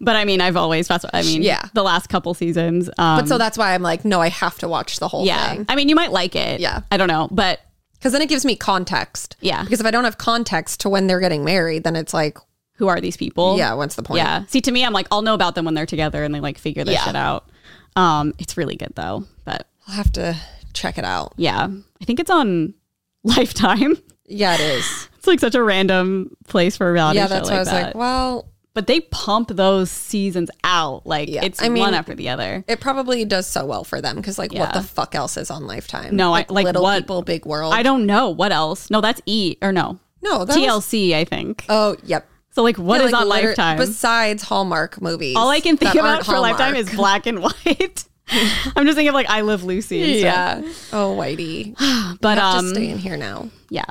but I mean, I've always that's what I mean.
Yeah.
The last couple seasons. Um,
But so that's why I'm like, no, I have to watch the whole
yeah.
thing.
I mean, you might like it.
Yeah.
I don't know, but
Because then it gives me context.
Yeah.
Because if I don't have context to when they're getting married, then it's like,
who are these people?
yeah, what's the point?
Yeah. See, to me, I'm like, I'll know about them when they're together and they like figure this
Yeah.
shit out. Um, it's really good though. But
I'll have to check it out.
yeah, I think it's on Lifetime.
Yeah, it is.
It's like such a random place for a reality
yeah,
show
that's
like
why I was
that.
like, well,
but they pump those seasons out. Like
Yeah.
it's
I mean-
one after the other.
it probably does so well for them because like what
Yeah.
the fuck else is on Lifetime?
No, I-
like,
like,
little
what-
people, big world.
I don't know what else. No, that's E or no
no that was-
TLC. I think.
oh, yep.
so like, what is
like,
on
liter-
Lifetime?
Besides Hallmark movies,
All I can think
that aren't
about for Lifetime
Hallmark.
is black and white. I'm just thinking of like I Love Lucy. And yeah,
yeah. Oh, Whitey,
stuff. but
have
um,
to stay in here now.
yeah.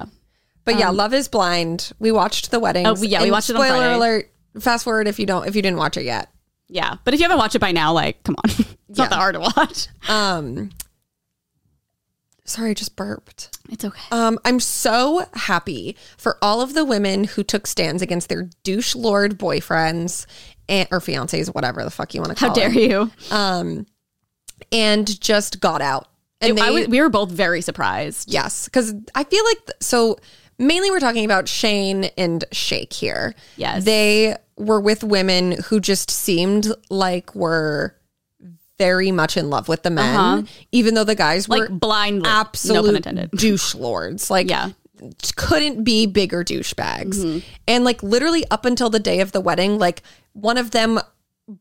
But yeah, Love is Blind. We watched the wedding.
Oh, yeah, we watched it on
Spoiler
Friday.
alert. Fast forward if you don't if you didn't watch it yet.
Yeah, but if you haven't watched it by now, like, come on, it's
Yeah.
not that hard to watch.
Um, sorry, I just burped.
It's okay.
Um, I'm so happy for all of the women who took stands against their douche lord boyfriends and, or fiancés, whatever the fuck you want to call
How dare
it,
you?
and just got out. And
I was, we were both very surprised.
yes, because I feel like th- so. Mainly, we're talking about Shane and Shake here.
Yes.
they were with women who just seemed like were very much in love with the men, even though the guys were
Uh-huh. Like blindly,
absolute
no pun intended.
douche lords. Like,
Yeah. Mm-hmm.
couldn't be bigger douchebags. And like literally up until the day of the wedding, like one of them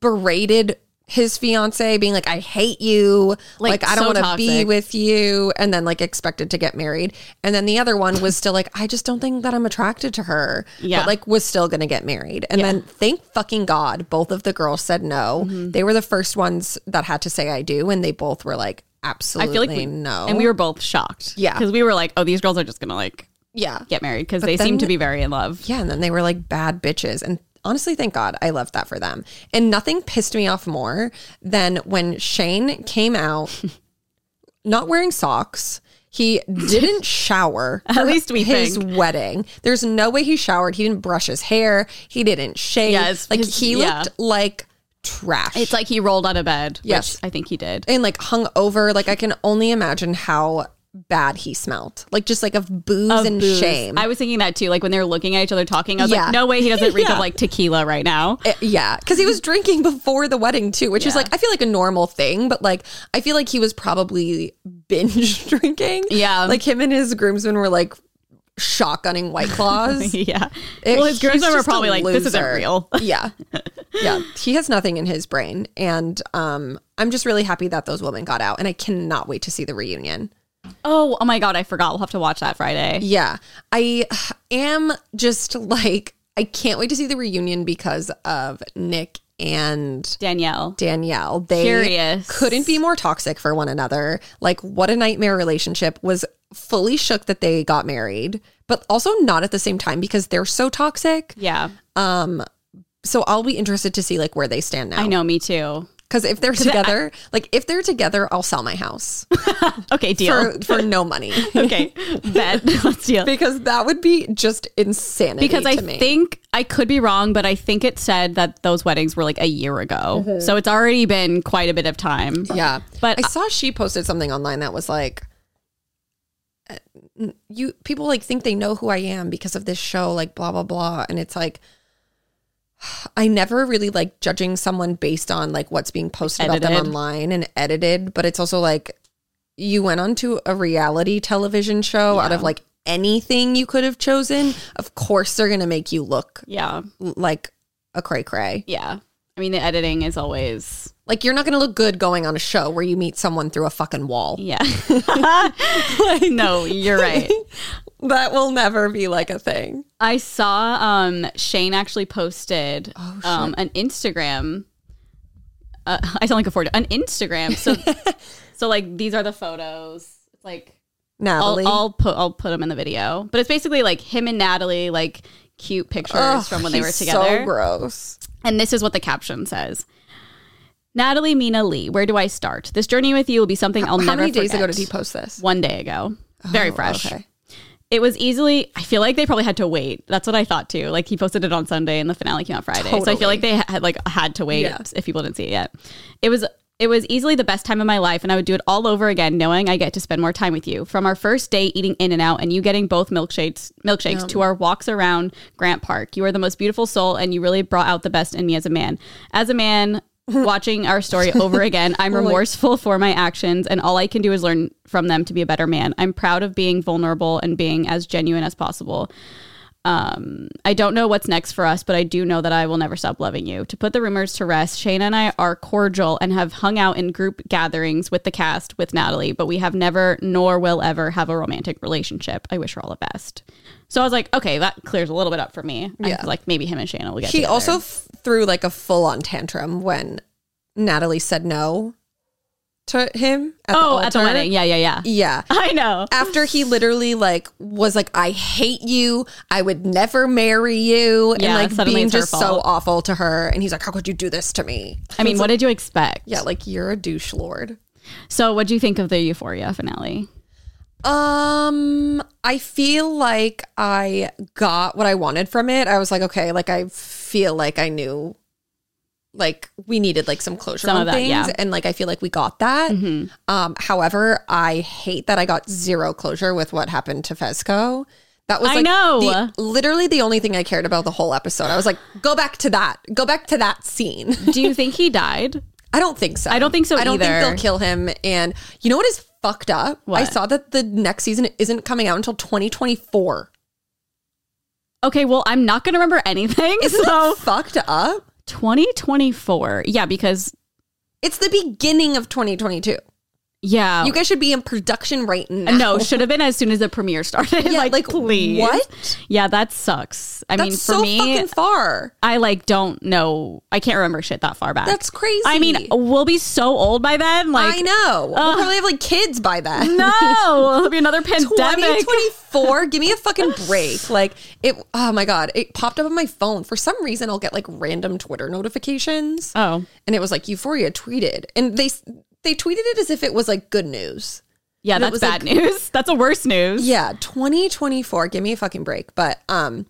berated his fiance, being like, "I hate you. Like,
Like,
I don't
so
want to be
toxic.
with you." And then like expected to get married. And then the other one was still like, "I just don't think that I'm attracted to her."
Yeah.
But like was still going to get married. And then thank fucking God, both of the girls said no.
Mm-hmm.
They were the first ones that had to say I do, and they both were like,
I
"Absolutely
feel like we
no."
and we were both shocked.
Yeah.
because we were like, oh, these girls are just gonna like
yeah.
get married because they
then-
seem to be very in love.
Yeah, and then they were like bad bitches. And honestly, thank God I loved that for them. And nothing pissed me off more than when Shane came out not wearing socks. He didn't shower. for
least we
his
think.
wedding. There's no way he showered. He didn't brush his hair. He didn't shave.
Yeah, it's-
like
his-
he
yeah.
looked like trash.
It's like he rolled out of bed.
Yes.
which I think he did.
and like hung over. Like I can only imagine how bad he smelled. Like just like of booze and
Booze.
shame.
I was thinking that too. Like when they were looking at each other talking, I was
Yeah.
like, no way, he doesn't reek
Yeah.
of like tequila right now.
Uh, yeah, because he was drinking before the wedding too, which is
Yeah.
like I feel like a normal thing, but like I feel like he was probably binge drinking.
Yeah.
like him and his groomsmen were like shotgunning white claws.
yeah.
It-
well, his
he's
groomsmen were
just a
probably like, this isn't
loser.
real.
yeah, yeah, he has nothing in his brain, and um, I'm just really happy that those women got out, and I cannot wait to see the reunion.
Oh, oh my god, I forgot. We'll have to watch that Friday.
Yeah, I am just like I can't wait to see the reunion because of Nick and
Danielle.
Danielle. They
Curious.
couldn't be more toxic for one another. Like what a nightmare relationship was fully shook that they got married, but also not at the same time because they're so toxic.
Yeah.
So I'll be interested to see like where they stand
I
now.
know, me too.
Because if they're together, like if they're together, I'll sell my house
Okay, deal.
for, for no money.
okay. Bet. Let's deal.
because that would be just insanity.
Because I
to me.
think I could be wrong, but I think it said that those weddings were like a year ago.
Mm-hmm.
So it's already been quite a bit of time.
Yeah.
But-
I saw she posted something online that was like uh, n- you people like think they know who I am because of this show like blah blah blah and it's like I never really like judging someone based on like what's being posted about them
Edited.
online and edited, but it's also like you went onto a reality television show out of like anything you could have chosen. Of course they're going to make you look
Yeah.
l- like a cray cray.
Yeah. I mean, the editing is always.
Like you're not going to look good going on a show where you meet someone through a fucking wall.
Yeah. no, you're right.
that will never be like a thing.
I saw um, Shane actually posted
Oh,
um, an Instagram. Uh, I sound like a forger. An Instagram. So, so like these are the photos. It's like
Natalie.
I'll, I'll put I'll put them in the video. But it's basically like him and Natalie, like cute pictures
Ugh,
from when they were
he's
together.
So gross.
and this is what the caption says. Natalie Mina Lee, where do I start? This journey with you will be something I'll
How
never
many days ago
forget.
did he post this?
One day ago. Very fresh.
okay.
It was easily, I feel like they probably had to wait. That's what I thought too. Like he posted it on Sunday and the finale came out Friday. So I
Totally.
feel like they had like had to wait
Yeah.
if people didn't see it yet. It was it was easily the best time of my life and I would do it all over again knowing I get to spend more time with you. From our first day eating in and out and you getting both milkshakes milkshakes to our walks around Grant Park. You are the most beautiful soul and you really brought out the best in me as a man. As a man watching our story over again, I'm remorseful for my actions and all I can do is learn from them to be a better man. I'm proud of being vulnerable and being as genuine as possible. I don't know what's next for us, but I do know that I will never stop loving you. To put the rumors to rest, Shayna and I are cordial and have hung out in group gatherings with the cast with Natalie, but we have never nor will ever have a romantic relationship. I wish her all the best. So I was like, okay, that clears a little bit up for me.
Yeah.
I, like maybe him and Shayna will get.
He
together.
also f- threw like a full on tantrum when Natalie said no to him at
oh
the
at the
altar.
wedding, yeah, yeah, yeah.
Yeah.
I know.
After he literally like was like, I hate you. I would never marry you.
Yeah,
and like
suddenly
being
it's her
just so
fault.
awful to her. And he's like, How could you do this to me?
I mean, what did you expect?
Yeah, like you're a douche lord.
So what do you think of the Euphoria finale?
Um, I feel like I got what I wanted from it. I was like, okay, like I feel like I knew like we needed like some closure
Some
on
of that,
things
yeah. Mm-hmm.
and like I feel like we got that. Um, however, I hate that I got zero closure with what happened to Fesco. That was
I
like
know.
the- literally the only thing I cared about the whole episode. I was like, go back to that. Go back to that scene.
Do you think he died?
I don't think so. I
don't think so
I don't
either.
think they'll kill him. And you know what is fucked up? I
What?
saw that the next season isn't coming out until 2024.
Okay, well, I'm not going to remember anything. so
Fucked up.
2024. Yeah, because
It's the beginning of 2022.
yeah,
You guys should be in production right now.
Oh. No, should have been as soon as the premiere started.
Yeah,
like,
like,
please.
what?
Yeah, that sucks. I
That's
mean, for
so
me,
fucking far.
I like don't know. I can't remember shit that far back.
That's crazy.
I mean, we'll be so old by then. Like,
I know. we'll probably have like kids by then.
no, it'll be another pandemic.
2024. Give me a fucking break. Like it. Oh my god! It popped up on my phone for some reason. I'll get like random Twitter notifications.
Oh,
and it was like Euphoria tweeted, and they they tweeted it as if it was like good news.
yeah,
And it
that's
was,
bad news. That's a worse news.
Yeah, 2024. Give me a fucking break. But um,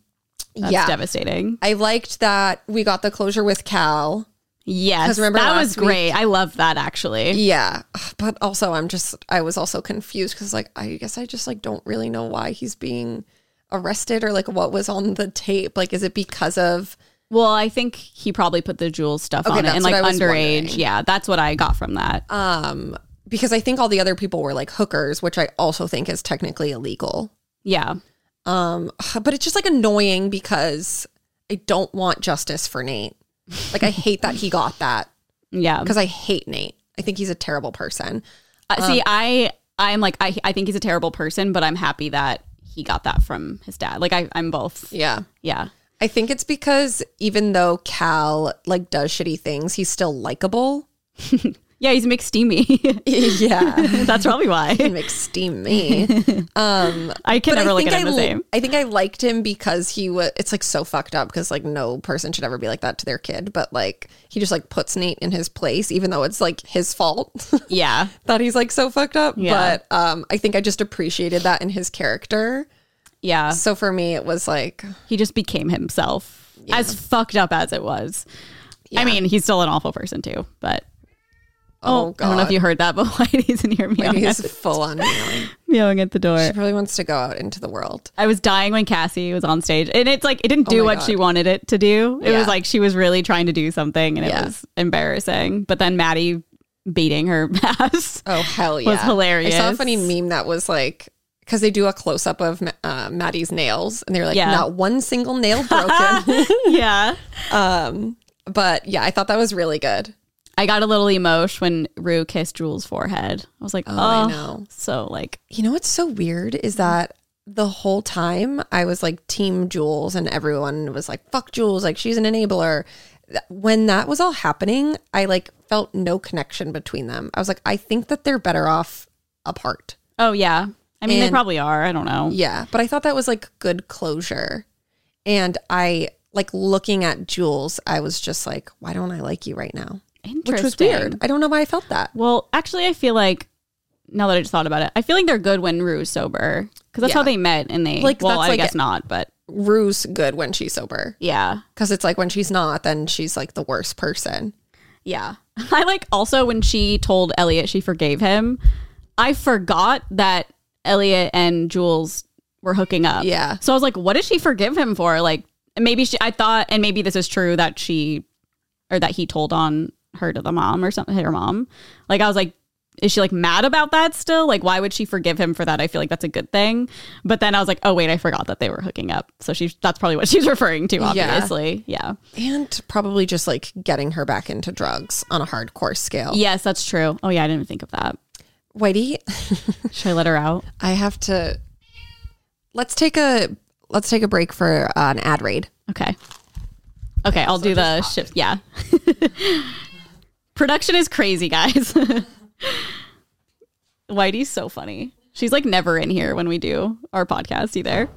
That's
yeah,
devastating.
I liked that we got the closure with Cal.
Yes,
remember
that
last
was great. I love that actually.
Yeah, but also I'm just I was also confused because like I guess I just like don't really know why he's being arrested or like what was on the tape. Like, is it because of
Well, I think he probably put the jewel stuff on it
that's
and
what
like
I was
underage.
wondering.
Yeah, that's what I got from that.
um? Because I think all the other people were like hookers, which I also think is technically illegal.
yeah.
Um, but it's just like annoying because I don't want justice for Nate. Like I hate that he got that
Yeah.
because I hate Nate. I think he's a terrible person.
Uh,
Um,
see, I I'm like I I think he's a terrible person, but I'm happy that he got that from his dad. Like I I'm both.
Yeah.
Yeah.
I think it's because even though Cal like does shitty things, he's still likable.
Yeah, he's McSteamy.
yeah.
That's probably why.
McSteam me. Um
I can
but
never
I
look
think
at
I,
him the
li-
same.
I think I liked him because he was it's like so fucked up because like no person should ever be like that to their kid, but like he just like puts Nate in his place even though it's like his fault.
Yeah.
that he's like so fucked up.
Yeah.
But um, I think I just appreciated that in his character.
Yeah.
So for me, it was like,
He just became himself. As fucked up as it was. I mean, he's still an awful person too, but
oh, god,
I don't know if you heard that, but Whitey's in here meowing, at,
he's full on. meowing.
meowing at the door.
He probably wants to go out into the world.
I was dying when Cassie was on stage, and it's like it didn't do
Oh my
what
God.
she wanted it to do. It
Yeah.
was like she was really trying to do something, and
Yeah.
it was embarrassing. But then Maddie beating her ass.
Oh hell yeah, I saw a
hilarious.
funny meme that was like. Because they do a close up of Ma- uh, Maddie's nails, and they're like,
Yeah.
not one single nail broken.
yeah,
um, but yeah, I thought that was really good.
I got a little emotion when Rue kissed Jules' forehead. I was like, oh,
I know.
so like,
You know what's so weird is that the whole time I was like team Jules and everyone was like fuck Jules like she's an enabler. Th- When that was all happening, I like felt no connection between them. I was like I think that they're better off apart.
oh yeah. I mean, they
And-
probably are. I don't know.
Yeah, but I thought that was like good closure. And I like looking at Jules, I was just like why don't I like you right now?
Interesting.
which was weird. I don't know why I felt that.
Well, actually, I feel like now that I just thought about it, I feel like they're good when Rue's sober because that's how
Yeah.
they met, and they
Like,
well,
that's
I
like
guess
it.
not, but
Rue's good when she's sober
yeah,
because it's like when she's not, then she's like the worst person.
yeah. I like also when she told Elliot she forgave him. I forgot that Elliot and Jules were hooking up.
Yeah.
So I was like, what did she forgive him for? Like maybe she I thought and maybe this is true that she or that he told on her to the mom or something her mom. Like I was like is she like mad about that still? Like why would she forgive him for that? I feel like that's a good thing. But then I was like, oh wait, I forgot that they were hooking up. So she's that's probably what she's referring to obviously. Yeah.
And probably just like getting her back into drugs on a hardcore scale.
Yes, that's true. Oh yeah, I didn't even think of that.
Whitey,
Should I let her out?
I have to let's take a let's take a break for uh, an ad read.
Okay. Okay, I'll do the shift. Yeah. Production is crazy, guys. Whitey's so funny. She's like never in here when we do our podcast either.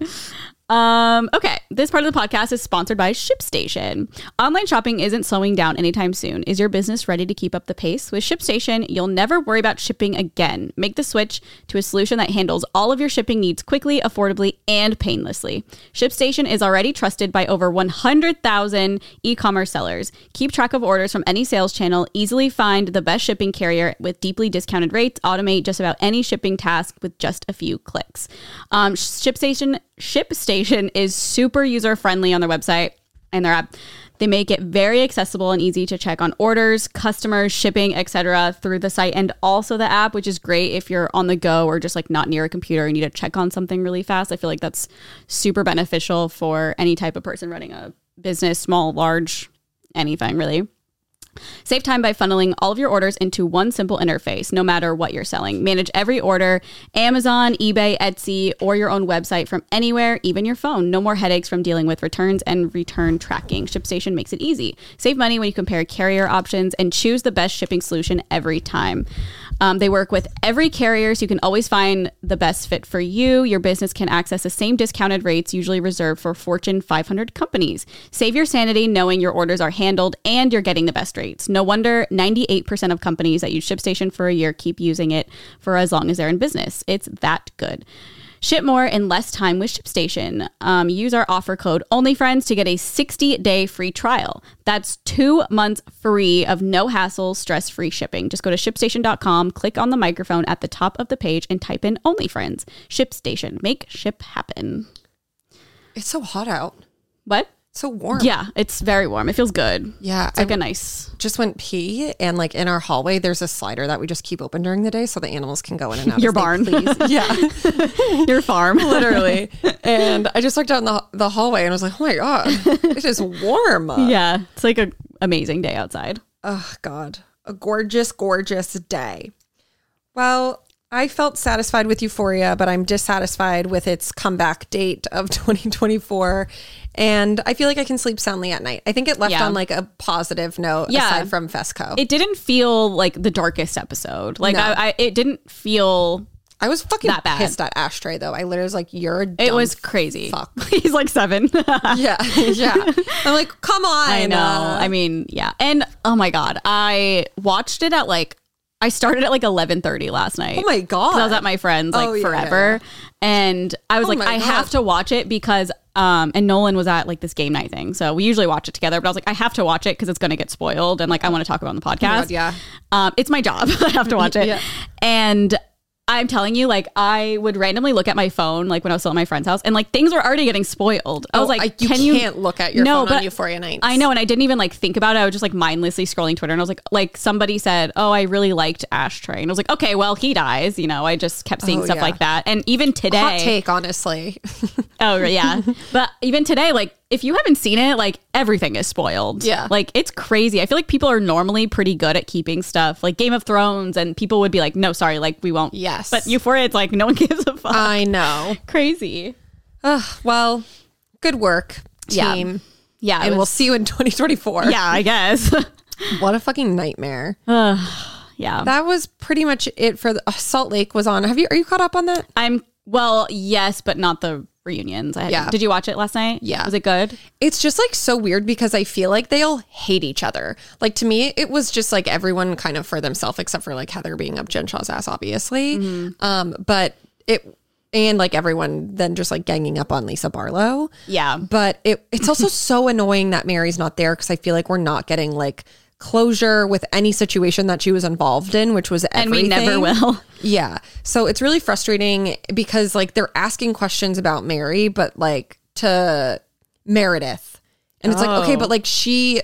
Um, okay, this part of the podcast is sponsored by ShipStation. Online shopping isn't slowing down anytime soon. Is your business ready to keep up the pace? With ShipStation, you'll never worry about shipping again. Make the switch to a solution that handles all of your shipping needs quickly, affordably, and painlessly. ShipStation is already trusted by over 100,000 e commerce sellers. Keep track of orders from any sales channel, easily find the best shipping carrier with deeply discounted rates, automate just about any shipping task with just a few clicks. Um, ShipStation ShipStation is super user friendly on their website and their app. They make it very accessible and easy to check on orders, customers, shipping, etc. through the site and also the app, which is great if you're on the go or just like not near a computer and need to check on something really fast. I feel like that's super beneficial for any type of person running a business, small, large, anything really. Save time by funneling all of your orders into one simple interface, no matter what you're selling. Manage every order Amazon, eBay, Etsy, or your own website from anywhere, even your phone. No more headaches from dealing with returns and return tracking. ShipStation makes it easy. Save money when you compare carrier options and choose the best shipping solution every time. Um, they work with every carrier, so you can always find the best fit for you. Your business can access the same discounted rates usually reserved for Fortune 500 companies. Save your sanity knowing your orders are handled and you're getting the best rates. No wonder 98% of companies that use ShipStation for a year keep using it for as long as they're in business. It's that good. Ship more in less time with ShipStation. Um, use our offer code OnlyFriends to get a 60 day free trial. That's two months free of no hassle, stress free shipping. Just go to shipstation.com, click on the microphone at the top of the page, and type in OnlyFriends. ShipStation. Make ship happen.
It's so hot out.
What?
It's so warm.
Yeah, it's very warm. It feels good.
Yeah.
It's like a nice.
just went pee and like in our hallway there's a slider that we just keep open during the day so the animals can go in and out
Your
as they
barn.
please. yeah
Your farm.
literally and i just looked out in the, the hallway and i was like oh my god it is warm
yeah, it's like a amazing day outside.
oh god a gorgeous gorgeous day well i felt satisfied with euphoria but i'm dissatisfied with its comeback date of 2024 and i feel like i can sleep soundly at night i think it left
Yeah.
on like a positive note
Yeah.
aside from fesco
It didn't feel like the darkest episode. Like
No.
I, I, it didn't feel
I was fucking
That bad.
pissed at Ashtray though. I literally was like, "You're a dumb
It was crazy.
fuck."
He's like seven.
yeah, yeah." I'm like, "Come on!"
I know.
uh,
I mean, yeah. And oh my god, I watched it at like I started at like eleven thirty last night.
oh my god,
'Cause I was at my friend's like
Oh, yeah, Oh
forever, and I was like,
my
I
God.
have to watch it because. Um, and Nolan was at like this game night thing, so we usually watch it together. But I was like, I have to watch it because it's going to get spoiled, and like I want to talk about it on the podcast.
Oh God, yeah.
um, it's my job. I have to watch it.
Yeah.
And I'm telling you, like, I would randomly look at my phone, like when I was still at my friend's house, and like things were already getting spoiled. I was
Oh,
like,
I- you
can
can't look at your
No,
phone on
but
Euphoria nights.
I know, and I didn't even like think about it. I was just like mindlessly scrolling Twitter, and I was like, like somebody said, "Oh, I really liked Ashtray," and I was like, "Okay, well, he dies." You know, I just kept seeing
Oh,
stuff
yeah.
like that, and even today,
Hot take, honestly.
oh yeah, but even today, like if you haven't seen it, like everything is spoiled.
Yeah.
like it's crazy. I feel like people are normally pretty good at keeping stuff, like Game of Thrones, and people would be like, "No, sorry, like we won't."
Yes. Uh,
but Euphoria, it's like no one gives a fuck.
I know.
crazy.
Ugh, well, good work,
Yeah.
team,
Yeah,
and we'll see you in 2024.
yeah, I guess.
What a fucking nightmare.
yeah,
That was pretty much it for the, uh, Salt Lake was on. Have you? Are you caught up on that?
I'm well, yes, but not the reunions. I had,
Yeah.
Did you watch it last night?
Yeah.
Was it good?
It's just like so weird because I feel like they all hate each other. Like to me, it was just like everyone kind of for themselves, except for like Heather being up Jenshaw's ass, obviously.
Mm-hmm.
Um, but it and like everyone then just like ganging up on Lisa Barlow.
Yeah.
But it it's also so annoying that Mary's not there because I feel like we're not getting like closure with any situation that she was involved in, which was
And
everything.
we never will.
Yeah. So it's really frustrating because like they're asking questions about Mary, but like to Meredith. And it's like, okay,
Oh.
but like she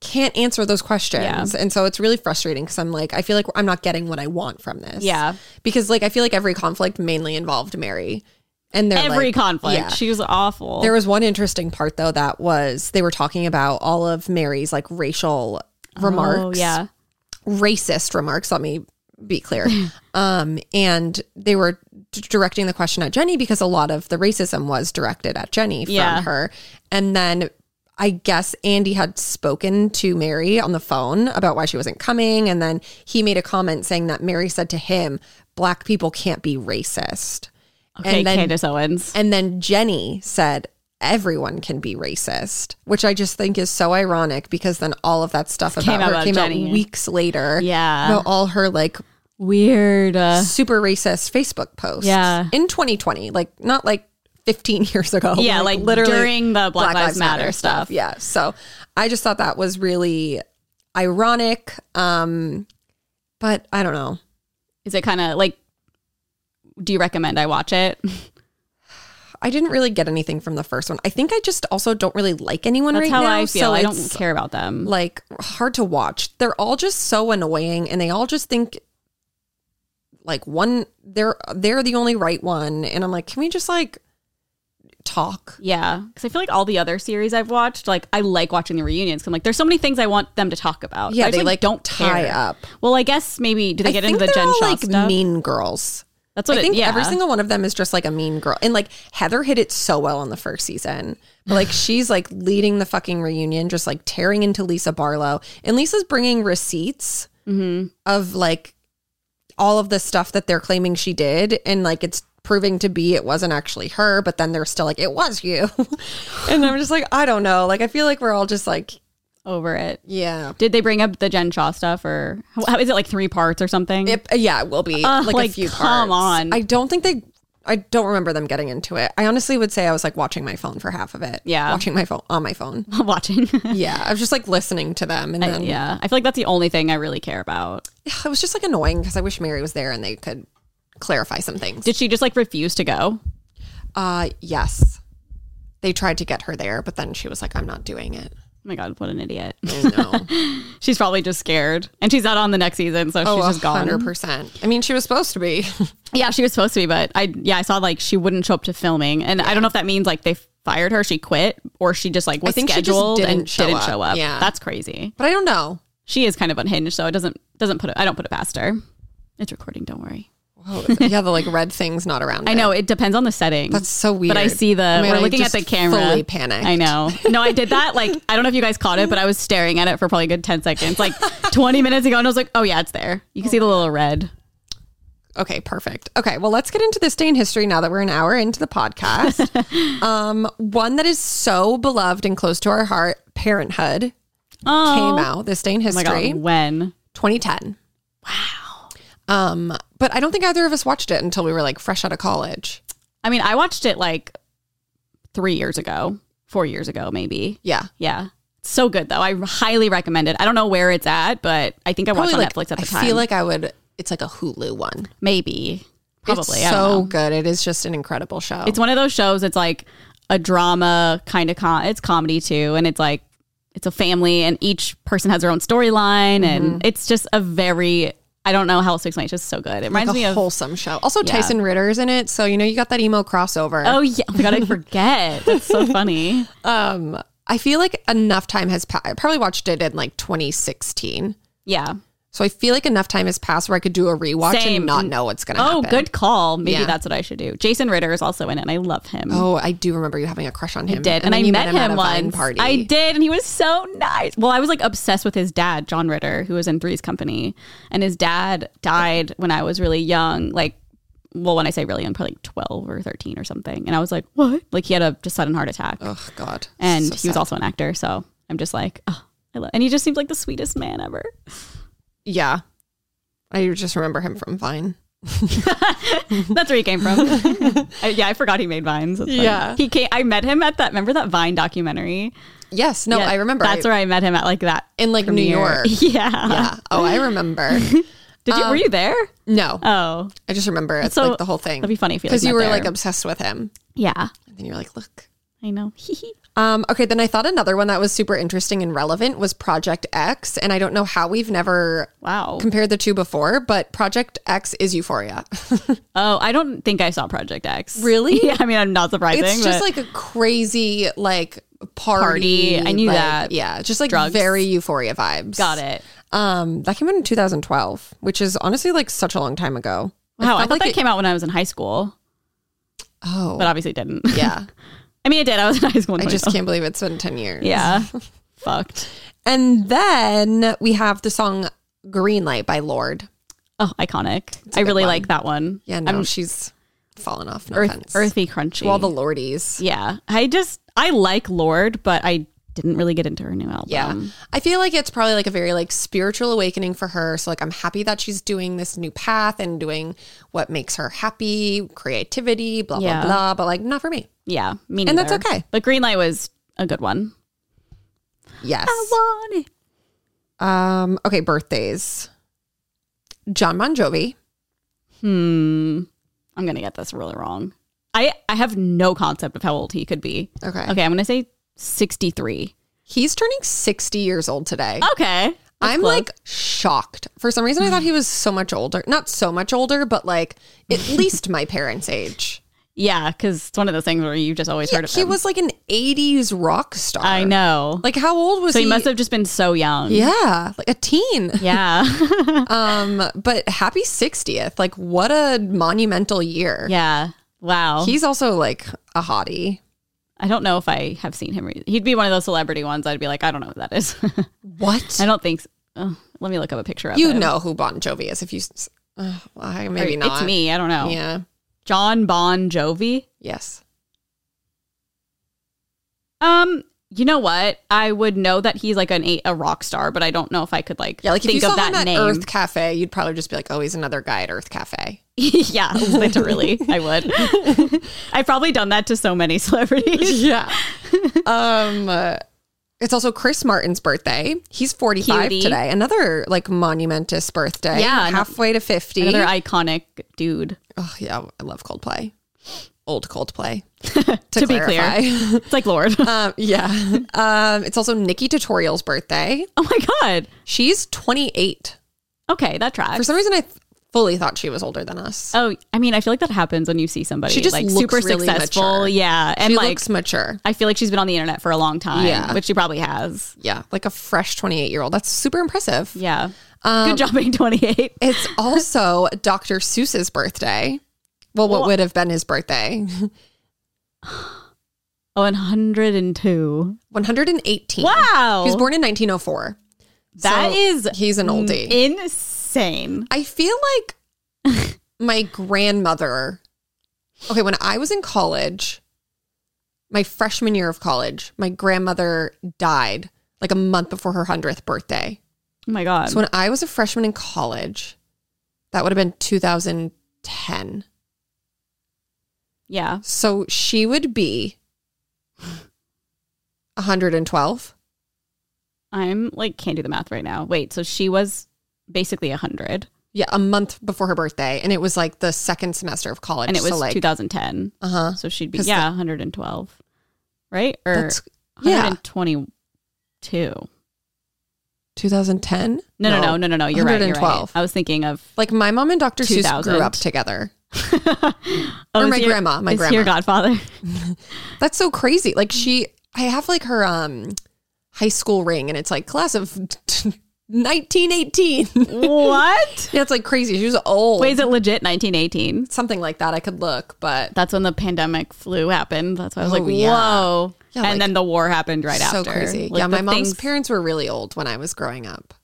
can't answer those questions. And so it's really frustrating because I'm like, I feel like I'm not getting what I want from this.
Yeah.
Because like I feel like every conflict mainly involved Mary. And they're
Every
like-
conflict.
Yeah.
She was awful.
There was one interesting part though that was they were talking about all of Mary's like racial remarks
Oh, yeah.
racist remarks. Let me be clear. um, and they were d- directing the question at Jenny because a lot of the racism was directed at Jenny from
Yeah.
her. And then I guess Andy had spoken to Mary on the phone about why she wasn't coming. And then he made a comment saying that Mary said to him, Black people can't be racist.
Okay,
and then
Candace Owens.
and then Jenny said, everyone can be racist, which I just think is so ironic because then all of that stuff about
Came out
her
about
came
Jenny.
out weeks later.
Yeah.
About all her like
Weird. Uh,
super racist Facebook posts.
Yeah.
In 2020, like not like 15 years ago.
yeah, like, literally during the Black, Lives, Matter, stuff.
Yeah. So I just thought that was really ironic. Um, but I don't know.
Is it kind of like? Do you recommend I watch it?
I didn't really get anything from the first one. I think I just also don't really like anyone
That's
right
how
now.
I feel.
so
I don't
it's-
care about them.
like hard to watch. They're all just so annoying and they all just think like one they're they're the only right one and I'm like, can we just like talk?
Yeah, because I feel like all the other series I've watched, like I like watching the reunions. 'cause I'm like, there's so many things I want them to talk about. I
Yeah,
just,
they like, don't tie
care.
up.
Well, I guess maybe do they get
I think
into the
they're
Gen
all
Shaw
like
stuff?
mean girls.
That's what
I
it-
think
yeah.
every single one of them is just like a mean girl. And like Heather hit it so well on the first season. But like she's like leading the fucking reunion, just like tearing into Lisa Barlow. And Lisa's bringing receipts of like all of the stuff that they're claiming she did. And like it's proving to be it wasn't actually her. But then they're still like, it was you. and I'm just like, I don't know. Like I feel like we're all just like,
over it.
yeah.
Did they bring up the Gen Shaw stuff, or how- how, is it like three parts or something?
It, uh, yeah, it will be
Ugh,
like,
like,
a few
come
parts.
on.
I don't think they. I don't remember them getting into it. I honestly would say I was like watching my phone for half of it.
Yeah.
watching my phone on my phone.
Watching.
yeah, I was just like listening to them, and then
yeah, I feel like that's the only thing I really care about.
it was just like annoying because I wish Mary was there and they could clarify some things.
Did she just like refuse to go? Oh
uh yes, they tried to get her there, but then she was like, "I'm not doing it."
Oh my god, what an idiot!
I know.
she's probably just scared, and she's not on the next season, so she's
oh,
just gone.
hundred percent. I mean, she was supposed to be.
Yeah, she was supposed to be, but I yeah, I saw like she wouldn't show up to filming, and I don't know if that means like they fired her, she quit, or she just like was
think she just
scheduled and
didn't show
didn't
up.
show up.
Yeah.
that's crazy.
but I don't know.
She is kind of unhinged, so it doesn't doesn't put it. I don't put it past her. It's recording. Don't worry.
Oh, yeah, the like red thing's not around.
I know it depends on the setting.
That's so weird.
But I see the
mean,
we're
I
looking at
just
the camera.
Fully panicked.
I know. No, I did that. Like I don't know if you guys caught it, but I was staring at it for probably a good ten seconds, like twenty minutes ago, and I was like, oh yeah, it's there. You can see the little red.
Okay, perfect. Okay, well, let's get into this day in history now that we're an hour into the podcast. um, one that is so beloved and close to our heart, Parenthood,
Oh,
came out this day in
my God,
history,
when?
2010. Wow. Um, but I don't think either of us watched it until we were like fresh out of college.
I mean, I watched it like three years ago, four years ago, maybe.
Yeah.
Yeah. So good though. I highly recommend it. I don't know where it's at, but I think I watched it on
like,
Netflix at the
I
time.
feel like I would, it's like a Hulu one.
maybe. Probably.
It's
I don't
so
know.
good. It is just an incredible show.
It's one of those shows it's like a drama kind of com it's comedy too, and it's like it's a family and each person has their own storyline
Mm-hmm.
and it's just a very I don't know how else to explain. it. It's just so good. It
like
reminds
a
me of
wholesome show. Also, Tyson Ritter's in it. So, you know, you got that emo crossover.
Oh yeah. Oh my god, I forget. That's so funny.
Um, I feel like enough time has passed. I probably watched it in like 2016.
Yeah.
So I feel like enough time has passed where I could do a rewatch
Same.
and not know what's going to
Oh,
happen.
good call. Maybe
Yeah.
that's what I should do. Jason Ritter is also in it, and I love him.
Oh, I do remember you having a crush on him.
I did, and,
then
I
you
met,
at
him
a
once.
Vine party.
I did, and he was so nice. Well, I was like obsessed with his dad, John Ritter, who was in Three's Company, and his dad died when I was really young, like well, when I say really, I'm probably like 12 or 13 or something. And I was like, what? Like he had a just sudden heart attack.
Oh God.
and
So
he was
sad.
also an actor. So I'm just like, oh, I love. And he just seemed like the sweetest man ever.
Yeah. I just remember him from Vine.
That's where he came from. I- yeah, I forgot he made vines. That's funny.
Yeah.
he came. I met him at that. Remember that Vine documentary?
Yes. No,
Yeah,
Oh, I remember.
That's
I,
where I met him at like that
in like New
premiere.
York.
Yeah.
yeah. Oh, I remember.
Did you? were you there?
No,
Um, Oh,
I just remember it's
So,
like the whole thing
that'd be funny if
because
like,
you
met
were
there.
like obsessed with him,
yeah.
and then you're like, look.
I know.
Um, okay, then I thought another one that was super interesting and relevant was Project X, and I don't know how we've never
wow.
compared the two before, but Project X is Euphoria.
Oh, I don't think I saw Project X.
Really?
yeah. I mean, I'm not surprising.
it's just
but-
like a crazy like party.
Party, I knew
like-
that.
Yeah, just like
Drugs.
very Euphoria vibes.
got it.
Um, that came out in 2012, which is honestly like such a long time ago.
Wow, I,
felt
thought that
it-
came out when I was in high school,
Oh,
but obviously it didn't.
yeah.
I mean, it did. I was in high school. In
I just
2012.
can't believe it's been 10 years.
Yeah. Fucked.
And then we have the song Green Light by Lord.
Oh, iconic. I really
one.
like that one.
Yeah, no, she's fallen off. No
Earth,
offense.
earthy, crunchy.
All the Lordies.
yeah. I just I like Lord, but I didn't really get into her new album.
Yeah. I feel like it's probably like a very like spiritual awakening for her. So like I'm happy that she's doing this new path and doing what makes her happy, creativity, blah
Yeah.
blah blah. But like not for me.
Yeah. Me
And that's
neither.
okay.
But Greenlight was a good one.
Yes.
Oh, want it.
Um. Okay. Birthdays. John Bon Jovi.
Hmm. I'm gonna get this really wrong. I I have no concept of how old he could be.
Okay.
Okay, I'm gonna say 63.
He's turning 60 years old today.
Okay. Oh, that's
I'm
close.
like shocked. For some reason, I thought he was so much older. Not so much older, but like at least my parents' age.
yeah, because it's one of those things where you just always heard of
He
him.
was like an 80s rock star.
I know.
Like, how old was
so
he?
he must have just been so young.
yeah, like a teen.
Yeah.
Um, but happy 60th. Like, what a monumental year.
yeah. Wow.
He's also like a hottie.
I don't know if I have seen him. re- He'd be one of those celebrity ones. I'd be like, I don't know who that is.
What?
I don't think. So. Oh, let me look up a picture of
You
him.
know who Bon Jovi is if you. s- Uh, well, I-
Or
maybe not.
It's me. I don't know.
Yeah.
John Bon Jovi.
Yes.
Um, you know what? I would know that he's like an a, a rock star, but I don't know if I could like,
Yeah. Like, if
think
you saw
of that
him at
name.
Earth Cafe, you'd probably just be like, oh, he's another guy at Earth Cafe.
yeah, literally, I would. I've probably done that to so many celebrities.
yeah. um, uh, it's also Chris Martin's birthday. He's 45
Cutie.
today. Another like monumentous birthday.
Yeah, and-
Halfway to 50.
Another iconic dude.
oh, yeah. I love Coldplay. Old Coldplay.
To be clear.
clarify.
It's like Lord. oh
um, yeah. Um, it's also Nikki Tutorial's birthday.
Oh my god.
She's 28.
Okay, that
For
tracks.
some reason, I th- fully thought she was older than us.
Oh, I mean, I feel like that happens when you see somebody
She just
like
looks
super
really
successful.
mature.
Yeah, and
she
like
looks mature.
I feel like she's been on the internet for a long time,
Yeah.
which she probably has.
Yeah. Like a fresh 28 year old. That's super impressive.
Yeah.
Um,
Good job being 28.
It's also Dr. Seuss's birthday. Well, what would have been his birthday?
Oh, and 102.
118.
Wow.
He was born in 1904.
That
So
is
he's an oldie.
Mm, insane.
I feel like my grandmother. Okay, when I was in college, my freshman year of college, my grandmother died like a month before her 100th birthday.
Oh my God.
So when I was a freshman in college, that would have been 2010.
yeah.
So she would be 112.
I'm like, can't do the math right now. Wait, so she was basically 100
Yeah, a month before her birthday. And it was like the second semester of college.
and it was
so like,
2010.
uh huh.
So she'd be,
'Cause
yeah, 112, right? Or
That's, yeah.
122.
2010?
No, no, no, no, no, no. You're right. You're right.
112.
I was thinking of.
Like my mom and Dr. Seuss
2000.
grew up together.
Oh,
or
is
my
your-
grandma. My
is
grandma.
Your godfather.
That's so crazy. Like she, I have like her um high school ring and it's like class of 1918.
what?
yeah, it's like crazy. She was old.
Wait, is it legit 1918?
Something like that. I could look, but
That's when the pandemic flu happened. That's why I was
Oh,
like,
yeah.
whoa.
Yeah,
and
like-
then the war happened right
so
after.
crazy.
Like,
yeah,
the
my mom's
things-
parents were really old when I was growing up.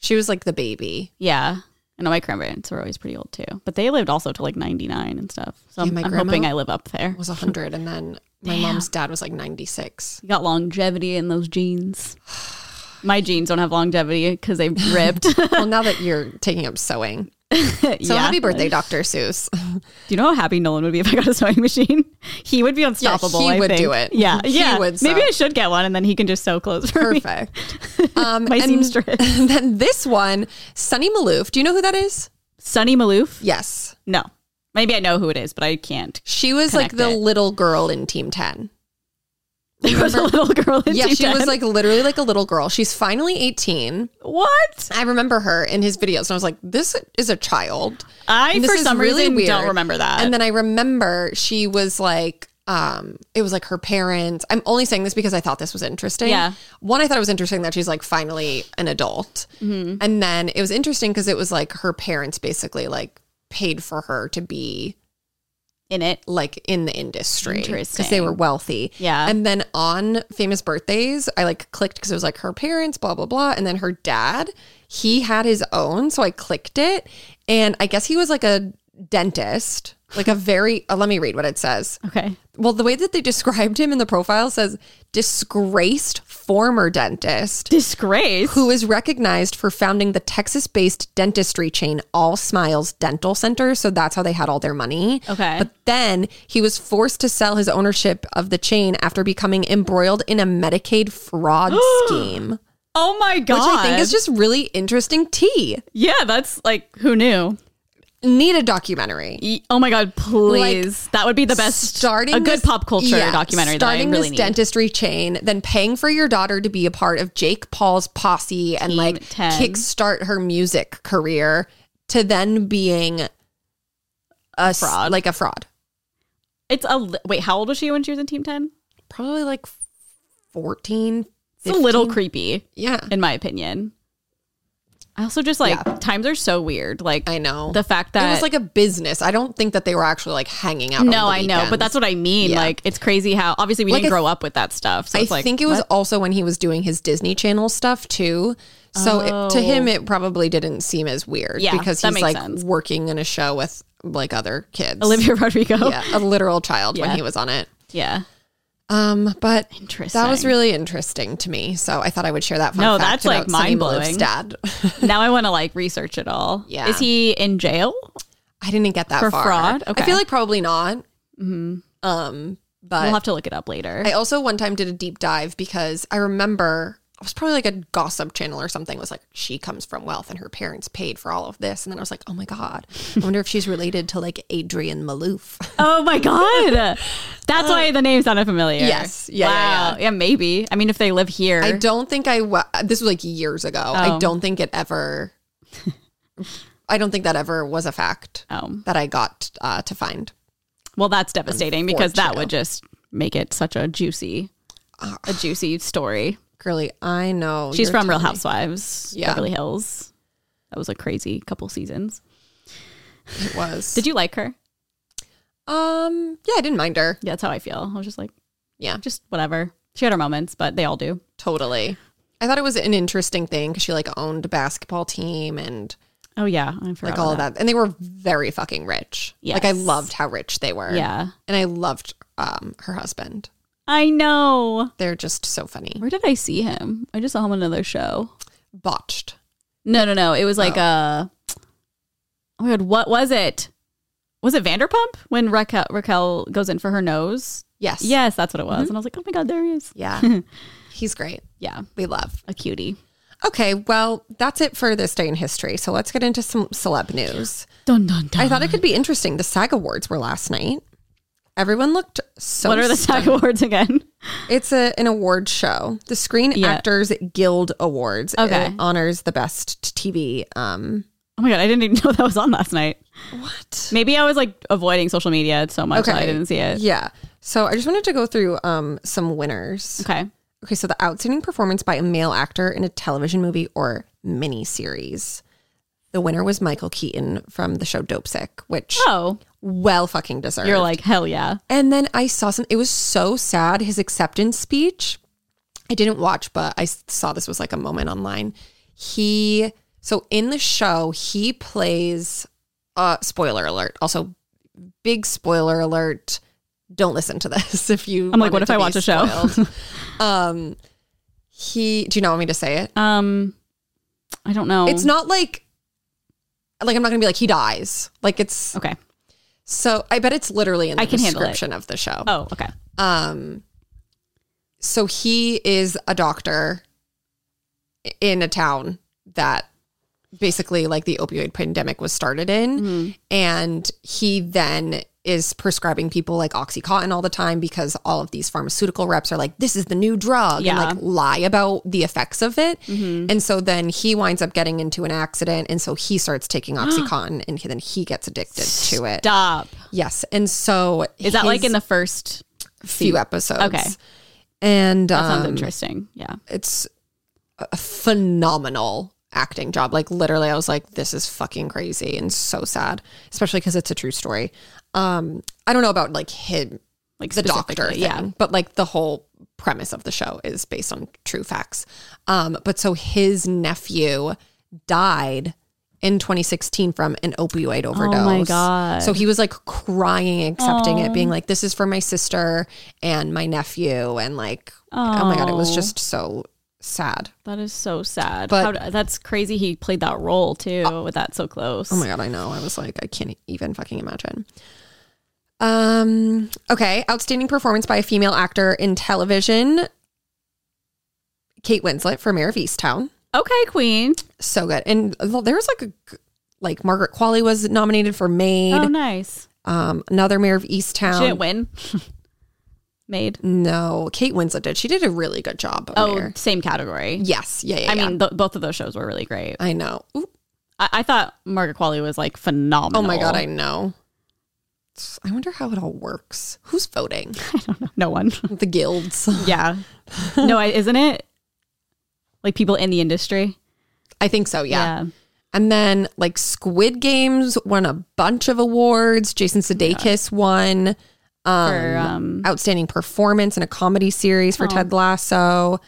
She was like the baby.
Yeah. I know my grandparents were always pretty old too, but they lived also to like 99 and stuff. So
Yeah,
I'm,
my
I'm hoping
grandma
I live up there.
was 100 and then my mom's dad was like 96.
You got longevity in those jeans. My jeans don't have longevity because they ripped.
well, now that you're taking up sewing. So
Yeah.
happy birthday, Dr. Seuss.
Do you know how happy Nolan would be if I got a sewing machine? He would be unstoppable.
he
I
would
think.
do it.
Yeah,
He
yeah.
would
Maybe
sew.
I should get one, and then he can just sew clothes for me.
Perfect. Um,
My
and
seamstress,
then this one, Sunny Maloof. Do you know who that is?
Sunny Maloof.
Yes.
No, maybe I know who it is, but I can't.
She was like
Connect
the
it.
little girl in Team 10.
There was a little girl. In
Yeah, she was
210.
like literally like a little girl. She's finally 18.
"What?"
I remember her in his videos and I was like, this is a child.
I
This
for
is
some
really
reason
weird.
don't remember that.
And then I remember she was like, um, it was like her parents. I'm only saying this because I thought this was interesting.
Yeah.
One, I thought it was interesting that she's like finally an adult.
Mm-hmm.
And then it was interesting because it was like her parents basically like paid for her to be
in it,
like in the industry because they
Interesting.
were wealthy.
Yeah.
And then on famous birthdays, I like clicked because it was like her parents, blah, blah, blah. And then her dad, he had his own. So I clicked it. And I guess he was like a dentist, like a very, uh, let me read what it says.
okay,
Well, the way that they described him in the profile says disgraced former dentist
disgrace.
who is recognized for founding the Texas-based dentistry chain All Smiles Dental Center. So that's how they had all their money.
Okay.
But then he was forced to sell his ownership of the chain after becoming embroiled in a Medicaid fraud scheme, which
oh my god!
I think is just really interesting tea.
yeah, that's like who knew?
Need a documentary.
E- Oh my god! Please, that would be the best.
starting
a good
this-
pop culture
yeah,
documentary that I
Starting
really
this
need.
dentistry chain, then paying for your daughter to be a part of Jake Paul's posse and like
10.
kickstart her music career, to then being a s-
Fraud.
like a fraud,
It's a li- wait. How old was she when she was in Team Ten?
probably like fourteen.
It's a little creepy,
Yeah,
in my opinion. I also just like times are so weird. Like
I know.
the fact
it
that
was like a business. I don't think that they were actually like hanging out.
no, I know, but that's what I mean.
Yeah.
Like it's crazy how obviously we
Like,
didn't
I
grow up with that stuff. So
I
it's like
think it was
what?
also when he was doing his Disney Channel stuff too. So it, to
Oh.
him, it probably didn't seem as weird
Yeah,
because
that
he's
makes
like
sense.
working in a show with like other kids.
Olivia Rodrigo. Yeah,
yeah, a literal child when
Yeah.
he was on it. Um, but
interesting.
that was really interesting to me. So I thought I would share that. Fun
No,
fact
that's, like,
about Sonny
mind-blowing.
Maloof's Dad.
now I want to like research it all.
Yeah.
is he in jail?
I didn't get that
For
far.
fraud?
I
Okay. Mm-hmm.
feel like probably not. Um, but
we'll have to look it up later.
I also one time did a deep dive because I remember it was probably like a gossip channel or something. It was like she comes from wealth and her parents paid for all of this, and then I was like, oh my god, I wonder if she's related to like Adrian Maloof.
oh my god, that's why the name sounded familiar.
yes. Yeah, yeah,
wow. yeah. maybe. I mean, if they live here,
I don't think I. Wa- this was like years ago. I
Oh.
don't think it ever. I don't think that ever was a fact
Oh.
that I got uh, to find.
Well, that's devastating because that
Unfortunate. Ah.
would just make it such a juicy, a juicy story.
Girly, I know
She's
you're
from Real
telling me.
Housewives,
Yeah.
Beverly Hills. That was a crazy couple seasons.
It was.
Did you like her?
um. Yeah, I didn't mind her.
Yeah, that's how I feel. I was just like,
Yeah.
just whatever. She had her moments, but they all do.
Totally. I thought it was an interesting thing because she like owned a basketball team and
Oh yeah, I forgot
like all
about
of that. And they were very fucking rich. Like I
Yes.
loved how rich they were.
Yeah,
And I loved um, her husband.
I know.
They're just so funny.
Where did I see him? I just saw him on another show.
Botched.
No, no, no. It was like uh Oh my god, what was it? Was it Vanderpump when Raquel, Raquel goes in for her nose?
Yes.
Yes, that's what it was.
Mm-hmm.
And I was like, oh my god, there he is.
Yeah. He's great.
Yeah,
We love.
a cutie.
Okay. Well, that's it for this day in history. So let's get into some celeb news.
Dun dun dun.
I thought it could be interesting. The SAG Awards were last night. Everyone looked so
what are the SAG awards again?
It's a an award show. The Screen
Yeah.
Actors Guild Awards.
Okay.
It honors the best TV. Um,
Oh my god, I didn't even know that was on last night.
what?
Maybe I was like avoiding social media so much that I
Okay.
didn't see it.
Yeah. So I just wanted to go through um some winners.
Okay.
Okay, so the outstanding performance by a male actor in a television movie or miniseries. The winner was Michael Keaton from the show Dope Sick, which
Oh,
well fucking deserved.
you're like hell yeah.
And then I saw some. It was so sad. His acceptance speech. I didn't watch, but I s- saw this was like a moment online. He So in the show, he plays uh spoiler alert. Also big spoiler alert. Don't listen to this if you
I'm like, what
want it
if
to
I
be
watch a show?
spoiled. um he do you not want me to say it?
Um, I don't know.
It's not like like I'm not gonna be like he dies. Like it's
okay.
so I bet it's literally in the
I can handle it.
description of the show.
Oh, okay.
Um, so he is a doctor in a town that basically like the opioid pandemic was started in.
Mm-hmm.
And he then is prescribing people like Oxycontin all the time because all of these pharmaceutical reps are like, this is the new drug
Yeah. Mm-hmm.
and like lie about the effects of it. And so then he winds up getting into an accident. And so he starts taking Oxycontin and then he gets addicted to it.
Stop.
Yes. And so
Is that like in the first?
few episodes.
Okay.
And
That sounds
um,
interesting. Yeah.
it's a phenomenal acting job. Like literally I was like this is fucking crazy and so sad, especially cuz it's a true story. Um I don't know about like him
Like
the doctor
specifically,
thing,
Yeah.
but like the whole premise of the show is based on true facts. Um but so his nephew died in 2016 from an opioid overdose.
Oh God.
So he was like crying accepting it being like this is for my sister and my nephew and like oh my god it was
Oh.
just so sad.
That is so sad.
But-
How d- that's crazy. He played that role too with that so close.
Oh my god, I know. I was like, I can't even fucking imagine. Um. Okay, outstanding performance by a female actor in television. Kate Winslet for Mayor of Easttown,
Okay, Queen.
so good. And there was like a g- like Margaret Qualley was nominated for Maid.
Oh, nice.
Um, another Mayor of
She didn't
Easttown.
win. Made.
No, Kate Winslet did. She did a really good job. of
Oh,
Mayor.
same category.
yes, yeah, yeah.
I
yeah.
mean, th- both of those shows were really great.
I know. Ooh,
I, I thought Margaret Qualley was like
oh
phenomenal.
my god, I know. I wonder how it all works. Who's voting?
no one.
the guilds.
yeah. No, I, isn't it? Like people in the industry.
I think so. yeah. And then like Squid Games won a bunch of awards. Jason Sudeikis won um,
For, um,
outstanding performance in a comedy series for Ted Lasso.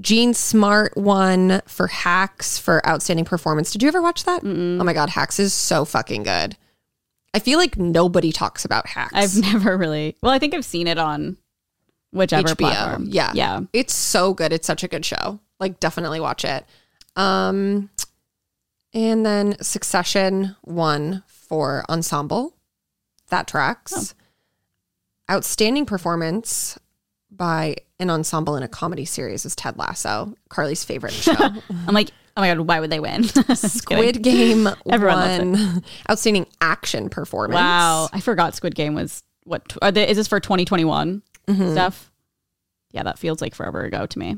Gene Smart won for Hacks for outstanding performance. Did you ever watch that? Oh my god, Hacks is so fucking good. I feel like nobody talks about Hacks.
I've never really. Well, I think I've seen it on whichever
HBO.
platform.
Yeah.
Yeah.
It's so good. It's such a good show. Like definitely watch it. Um and then Succession won for Ensemble. That tracks.
Oh.
Outstanding performance by an ensemble in a comedy series is Ted Lasso, Carly's favorite show.
I'm like, oh my god, why would they win? Just kidding.
Squid Game
Everyone loves
won outstanding action performance.
Wow, I forgot Squid Game was what tw- are they, is this for 2021
Mm-hmm.
stuff? Yeah, that feels like forever ago to me.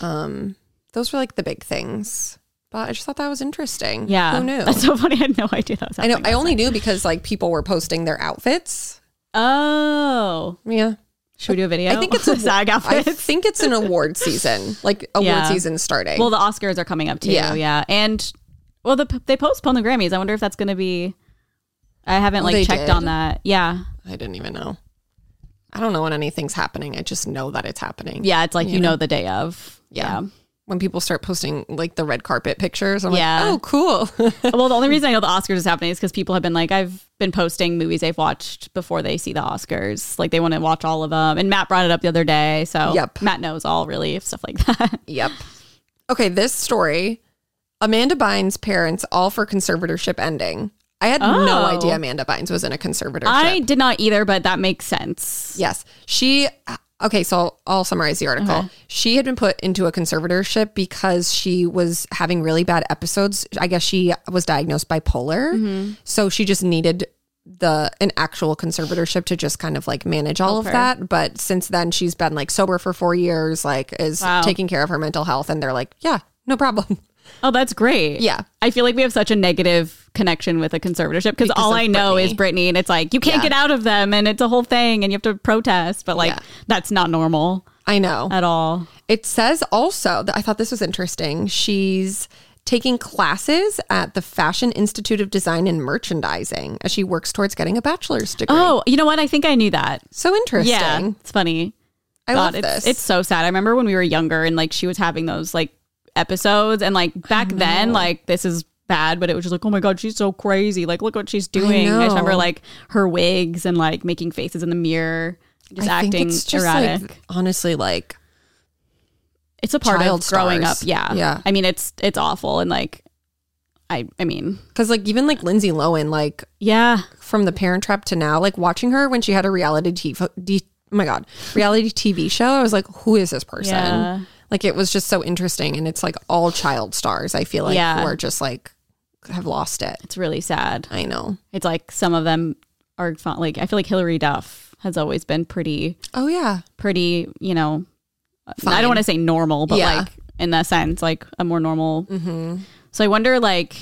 Um those were like the big things. But I just thought that was interesting.
Yeah,
Who knew?
That's so funny. I had no idea that was
I know.
happening.
I only knew because like people were posting their outfits.
Oh,
Yeah.
should we do a video?
I think it's a-
SAG
I
outfits.
think it's an award season, like award
Yeah.
season starting.
well, the Oscars are coming up too.
Yeah.
Yeah, and well, the, they postponed the Grammys. I wonder if that's going to be. I haven't like
They
checked
did?
on that. Yeah,
I didn't even know. I don't know when anything's happening. I just know that it's happening.
yeah. It's like you know the day of.
Yeah. When people start posting like the red carpet pictures, I'm
Yeah.
like, oh, cool.
well, the only reason I know the Oscars is happening is because people have been like, I've been posting movies they've watched before they see the Oscars. Like they want to watch all of them. And Matt brought it up the other day. So
Yep.
Matt knows all really stuff like that.
yep. Okay. This story Amanda Bynes' parents all for conservatorship ending. I had no
Oh.
idea Amanda Bynes was in a conservatorship.
I did not either, but that makes sense.
Yes. She, okay, so I'll, I'll summarize the article. She had been put into a conservatorship because she was having really bad episodes. I guess she was diagnosed bipolar. So she just needed the an actual conservatorship to just kind of like manage all of
her.
that but since then she's been like sober for 4 years like is
Wow.
taking care of her mental health and they're like yeah no problem
Oh, that's great.
Yeah.
I feel like we have such a negative connection with a conservatorship because all
of
I know is
Britney.
Brittany, and it's like, you can't
Yeah.
get out of them, and it's a whole thing, and you have to protest. But like,
Yeah.
that's not normal
i know
at all.
It says also that I thought this was interesting. She's taking classes at the Fashion Institute of Design and Merchandising as she works towards getting a bachelor's degree.
Oh, you know what? I think I knew that.
so interesting.
Yeah. It's funny.
I love
God, it's,
this.
It's so sad. I remember when we were younger and like she was having those like episodes. And like back then, like this is bad, but it was just like, oh my God, she's so crazy. Like, look what she's doing. I,
know.
just remember like her wigs and like making faces in the mirror, just acting erratic.
Like, honestly, like
it's a part
child
of growing
stars.
up. Yeah.
Yeah.
I mean, it's, it's awful. And like, I, I mean,
because like even like Lindsay Lohan, like
yeah.
from the Parent Trap to now, like watching her when she had a reality TV. D- oh my god, reality TV show. I was like, who is this person?
Yeah.
Like it was just so interesting, and it's like all child stars. I feel like
Yeah.
who are just like have lost it.
It's really sad.
I know.
It's like some of them are fun. Like, I feel like Hillary Duff has always been pretty
Oh yeah,
pretty, you know, I
Fine.
don't want to say normal, but
Yeah. Mm-hmm.
like in that sense, like a more normal. So I wonder, like,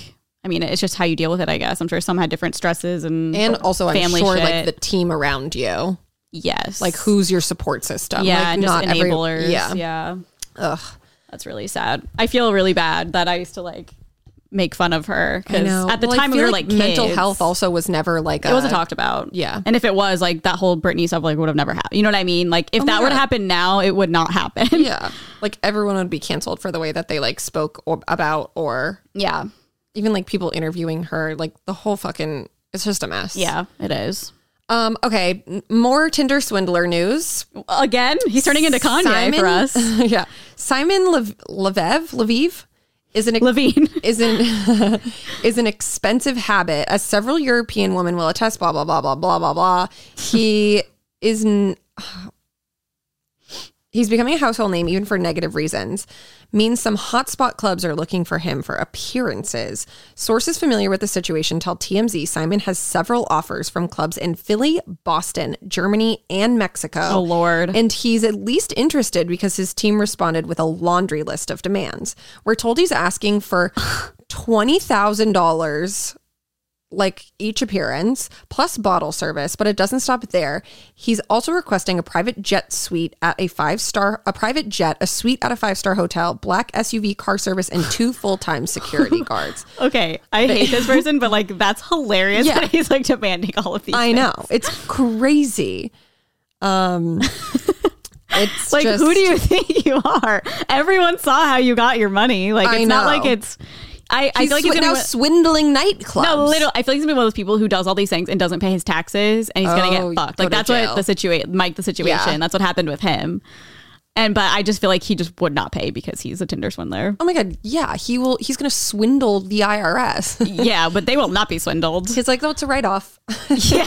I mean, it's just how you deal with it, I guess. I'm sure some had different stresses and,
and also I'm
Family
sure like
shit.
the team around you,
yes,
like who's your support system?
yeah,
like,
and just
every-
enablers.
yeah.
yeah.
Ugh.
that's really sad. I feel really bad that I used to like make fun of her
I
because
know.
at the
Well, I
time we
feel
were like
mental
kids.
health also was never like
It wasn't
a-
talked about.
Yeah.
And if it was, like that whole Britney stuff like would have never happened. You know what I mean? Like if that
Oh my
were to
God.
happen now, it would not happen.
Yeah, like everyone would be canceled for the way that they like spoke or, about or
yeah.
even like people interviewing her. Like the whole fucking it's just a mess.
Yeah, it is.
Um. Okay. n- More Tinder swindler news.
Again, he's turning into Kanye for us.
yeah. Simon Lev- Levev Leviv is an
Levine.
is an is an expensive habit, as several European women will attest. Blah blah blah blah blah blah blah. He is. N- He's becoming a household name even for negative reasons. Means some hotspot clubs are looking for him for appearances. Sources familiar with the situation tell TMZ Simon has several offers from clubs in Philly, Boston, Germany, and Mexico.
Oh, Lord.
And he's at least interested because his team responded with a laundry list of demands. We're told he's asking for $20,000 like each appearance plus bottle service, but it doesn't stop there. He's also requesting a private jet suite at a five-star a private jet, a suite at a five-star hotel, black SUV car service and two full-time security guards.
Okay, I hate this person, but like that's hilarious
Yeah.
that he's like demanding all of these.
I know. It's crazy. Um it's
Like,
just,
who do you think you are? Everyone saw how you got your money. Like,
I
it's not
know.
like it's. I, I
He's
feel like it's
swi-
gonna
now
be one-
swindling nightclubs.
no, little. I feel like he's gonna be one of those people who does all these things and doesn't pay his taxes, and he's gonna
Oh,
get fucked.
go
Like
to
that's
jail.
what the situation, Mike, the situation.
Yeah.
That's what happened with him. And but I just feel like he just would not pay because he's a Tinder swindler.
Oh my god, yeah, he will. He's gonna swindle the IRS.
yeah, but they will not be swindled.
He's like, no, it's a write off.
yeah,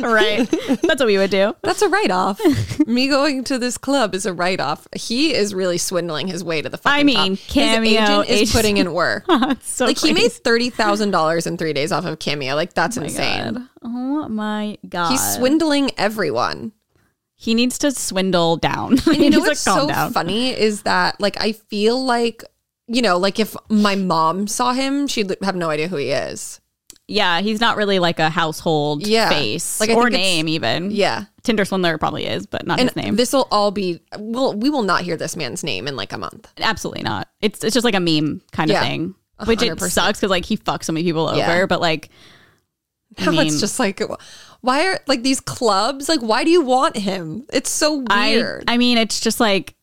right. That's what we would do.
That's a write off. Me going to this club is a write off. He is really swindling his way to the fucking.
I mean,
top. his
Cameo, Oh
agent is
agency.
putting in work.
That's so
like he
crazy. Oh
made thirty thousand dollars in three days off of Cameo. Like that's insane.
God. Oh my god.
He's swindling everyone.
he needs to swindle down.
And you know
He needs
what's
to calm
so
down.
funny is that like I feel like you know like if my mom saw him, she'd have no idea who he is.
Yeah, he's not really like a household
Yeah.
face
Like, I
or
think it's-
name even.
Yeah.
Tinder swindler probably is, but not his name.
This will all be well. We will not hear this man's name in like a month.
Absolutely not. It's it's just like a meme kind
Yeah.
of thing. Which it
100%.
sucks because like he fucks so many people over,
Yeah.
but like I
Now
mean-
it's just like, why are like these clubs? Like, why do you want him? It's so weird.
I I mean it's just like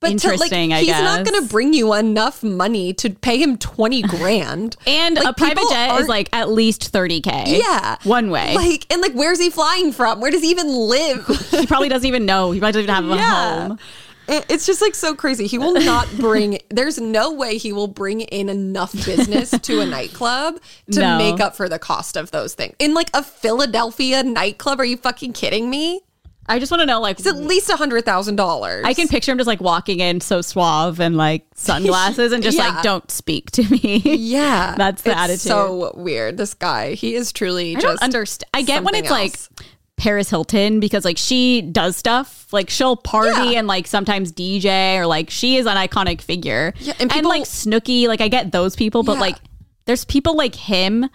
but to, like,
interesting, I
he's not
guess.
going to bring you enough money to pay him twenty grand.
and
Like,
a private
people
jet
aren't-
is like at least thirty K.
yeah,
One way.
Like, and like, where's he flying from? Where does he even live?
he probably doesn't even know. He probably doesn't even have a
yeah.
home.
It- It's just like so crazy. He will not bring. There's no way he will bring in enough business to a nightclub to
No.
make up for the cost of those things. In like a Philadelphia nightclub, are you fucking kidding me?
I just want to know like
It's at least a hundred thousand dollars.
Mm. I can picture him just like walking in so suave and like sunglasses and just
Yeah.
like don't speak to me.
Yeah,
That's the
It's
attitude.
So weird. This guy, he is truly
I
just.
don't understand. I get when
something
it's
else.
like Paris Hilton because like she does stuff like she'll party
Yeah.
and like sometimes DJ or like she is an iconic figure.
Yeah, and
and,
people-
like Snooki, like I get those people, but
Yeah.
like there's people like him,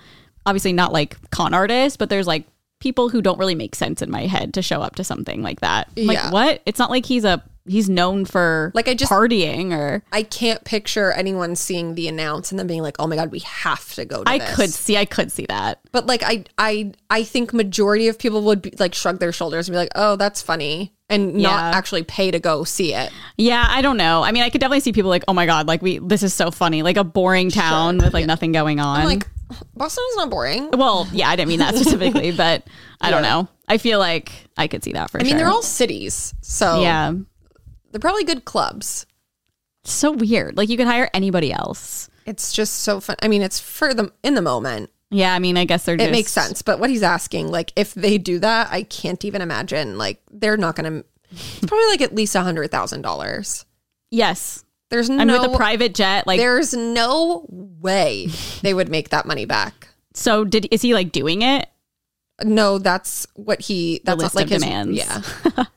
obviously not like con artists, but there's like people who don't really make sense in my head to show up to something like that. I'm
Yeah.
Like what? It's not like he's a he's known for
Like, I just-
partying or
I can't picture anyone seeing the announce and then being like, "Oh my god, we have to go." to
I
this."
could see. I could see that.
but like I, I, I think majority of people would be like shrug their shoulders and be like, "Oh, that's funny." and not
Yeah.
actually pay to go see it.
Yeah, I don't know. I mean, I could definitely see people like, oh my god, like we this is so funny, like a boring town with like nothing going on.
Like Boston is not boring.
well, yeah, I didn't mean that specifically, but I don't know. I feel like I could see that for
I
sure.
mean, they're all cities, so
yeah,
they're probably good clubs.
It's so weird. Like you could hire anybody else.
It's just so fun. I mean, it's for them in the moment.
Yeah, I mean, I guess they're.
It
just,
makes sense. But what he's asking, like, if they do that, I can't even imagine. Like, they're not going to. It's probably like at least a hundred thousand dollars.
Yes,
There's
and
no.
with the private jet, like
there's no way they would make that money back.
so. Did is he like doing it?
No, that's what he. That's
list
not like
of
his
demands.
Yeah,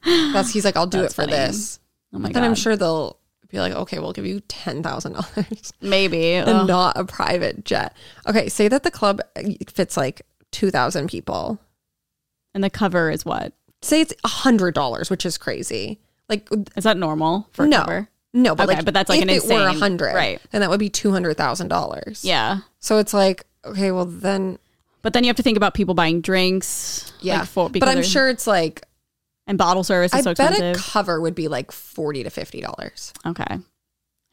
that's he's like, I'll do it
That's
for
funny.
this.
Oh my
Then
god,
I'm sure they'll be like, okay, we'll give you ten thousand dollars
maybe.
and
Ugh.
not a private jet. Okay, say that the club fits like two thousand people.
And the cover is what?
Say it's a hundred dollars, which is crazy. Like
Is that normal for a
no,
cover?
no, but
Okay,
like,
but that's, like,
if
an
it were a
insane-
hundred,
right.
Then that would be two hundred thousand dollars.
Yeah,
So it's like, okay, well then,
but then you have to think about people buying drinks.
yeah.
like, for,
but
because
I'm
they're-
sure it's like
and bottle service is
I
so
bet
expensive.
a cover would be like forty to fifty dollars.
Okay.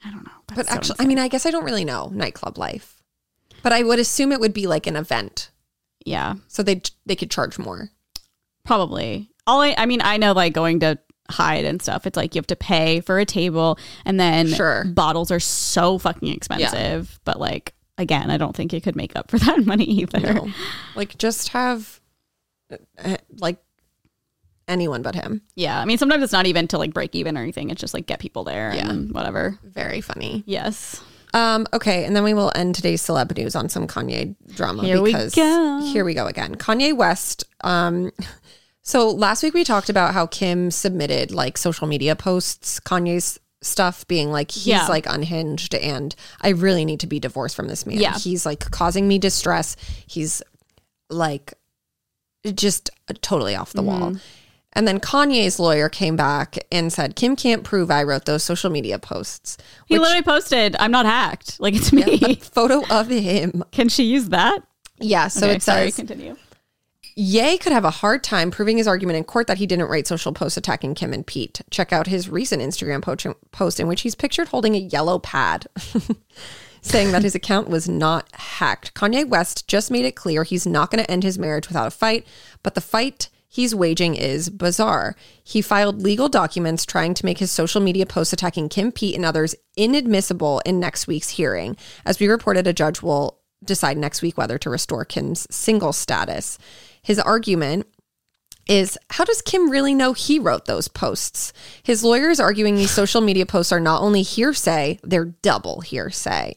I don't know.
But
That's so
actually, I
insane.
mean, I guess I don't really know nightclub life, but I would assume it would be like an event,
yeah,
so they they could charge more.
probably. All I, I mean, I know like going to hide and stuff. It's like you have to pay for a table, and then
Sure.
bottles are so fucking expensive. But like again, I don't think you could make up for that money either.
No. like just have uh, like anyone but him.
Yeah, I mean, sometimes it's not even to like break even or anything. It's just like get people there
Yeah.
and whatever.
Very funny.
Yes.
Um, okay, and then we will end today's celeb news on some Kanye drama
Here we
because
go.
here we go again. Kanye West. Um, so last week we talked about how Kim submitted like social media posts, Kanye's stuff being like he's
Yeah.
like unhinged and I really need to be divorced from this man.
Yeah.
He's like causing me distress. He's like just uh, totally off the wall.
Mm-hmm.
And then Kanye's lawyer came back and said, Kim can't prove I wrote those social media posts.
He literally posted, "I'm not hacked. Like it's me."
a photo of him.
Can she use that?
Yeah, so
Okay,
it
sorry,
says
continue.
Ye could have a hard time proving his argument in court that he didn't write social posts attacking Kim and Pete. Check out his recent Instagram po- post in which he's pictured holding a yellow pad. saying that his account was not hacked. Kanye West just made it clear he's not going to end his marriage without a fight, but the fight he's waging is bizarre. He filed legal documents trying to make his social media posts attacking Kim, Pete, and others inadmissible in next week's hearing. As we reported, a judge will decide next week whether to restore Kim's single status. His argument is how does Kim really know he wrote those posts? His lawyer is arguing these social media posts are not only hearsay, they're double hearsay.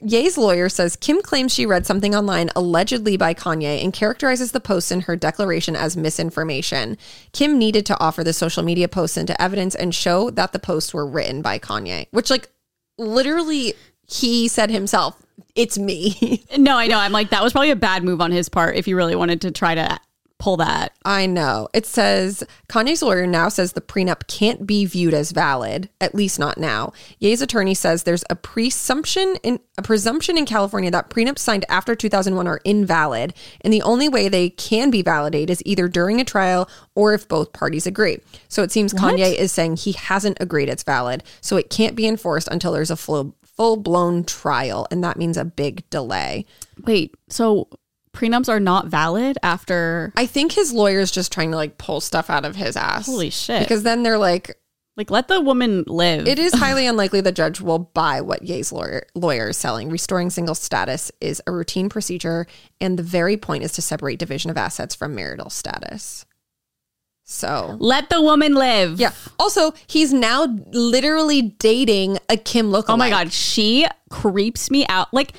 Ye's lawyer says Kim claims she read something online allegedly by Kanye and characterizes the post in her declaration as misinformation. Kim needed to offer the social media posts into evidence and show that the posts were written by Kanye, which, like, literally, he said himself, It's me.
No, I know. I'm like, that was probably a bad move on his part if he really wanted to try to pull that.
I know. It says Kanye's lawyer now says the prenup can't be viewed as valid, at least not now. Ye's attorney says there's a presumption in a presumption in California that prenups signed after 2001 are invalid, and the only way they can be validated is either during a trial or if both parties agree. So it seems Kanye is saying he hasn't agreed it's valid, so it can't be enforced until there's a full full-blown trial, and that means a big delay.
Wait, so prenups are not valid after.
I think his lawyer's just trying to like pull stuff out of his ass.
Holy shit.
Because then they're like,
like, let the woman live.
It is highly unlikely the judge will buy what Ye's lawyer, lawyer is selling. Restoring single status is a routine procedure, and the very point is to separate division of assets from marital status. So,
let the woman live.
yeah. Also, he's now literally dating a Kim lookalike.
Oh my God. She creeps me out. Like,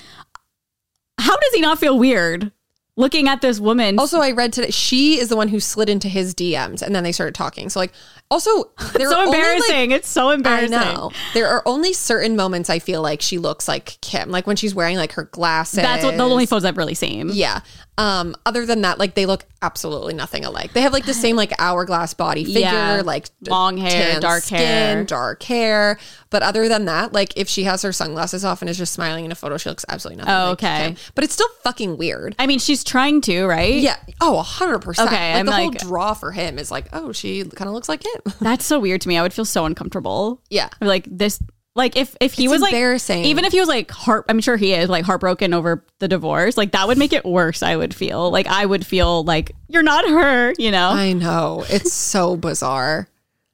how does he not feel weird looking at this woman?
Also, I read today she is the one who slid into his DMs, and then they started talking. So, like, also they're
so
only, like-
embarrassing. it's so
I
embarrassing.
know. There are only certain moments I feel like she looks like Kim, like when she's wearing like her glasses.
That's what the only photos I've really seen.
Yeah. Um, other than that, like they look absolutely nothing alike. They have like the same like hourglass body figure,
Yeah.
like d-
Long hair,
tan
dark hair.
dark hair. But other than that, like if she has her sunglasses off and is just smiling in a photo, she looks absolutely nothing.
Oh,
like
okay.
Kim. But it's still fucking weird.
I mean, she's he's trying to, right?
Yeah. Oh, 100%.
Okay,
Like
I'm
the whole
like-
draw for him is like, oh, she kind of looks like him.
That's so weird to me. I would feel so uncomfortable.
Yeah.
I'd be Like this like if if he
It's
was like
embarrassing.
even if he was like heart I'm sure he is like heartbroken over the divorce, like that would make it worse, I would feel. Like I would feel like you're not her, you know.
I know. It's so bizarre.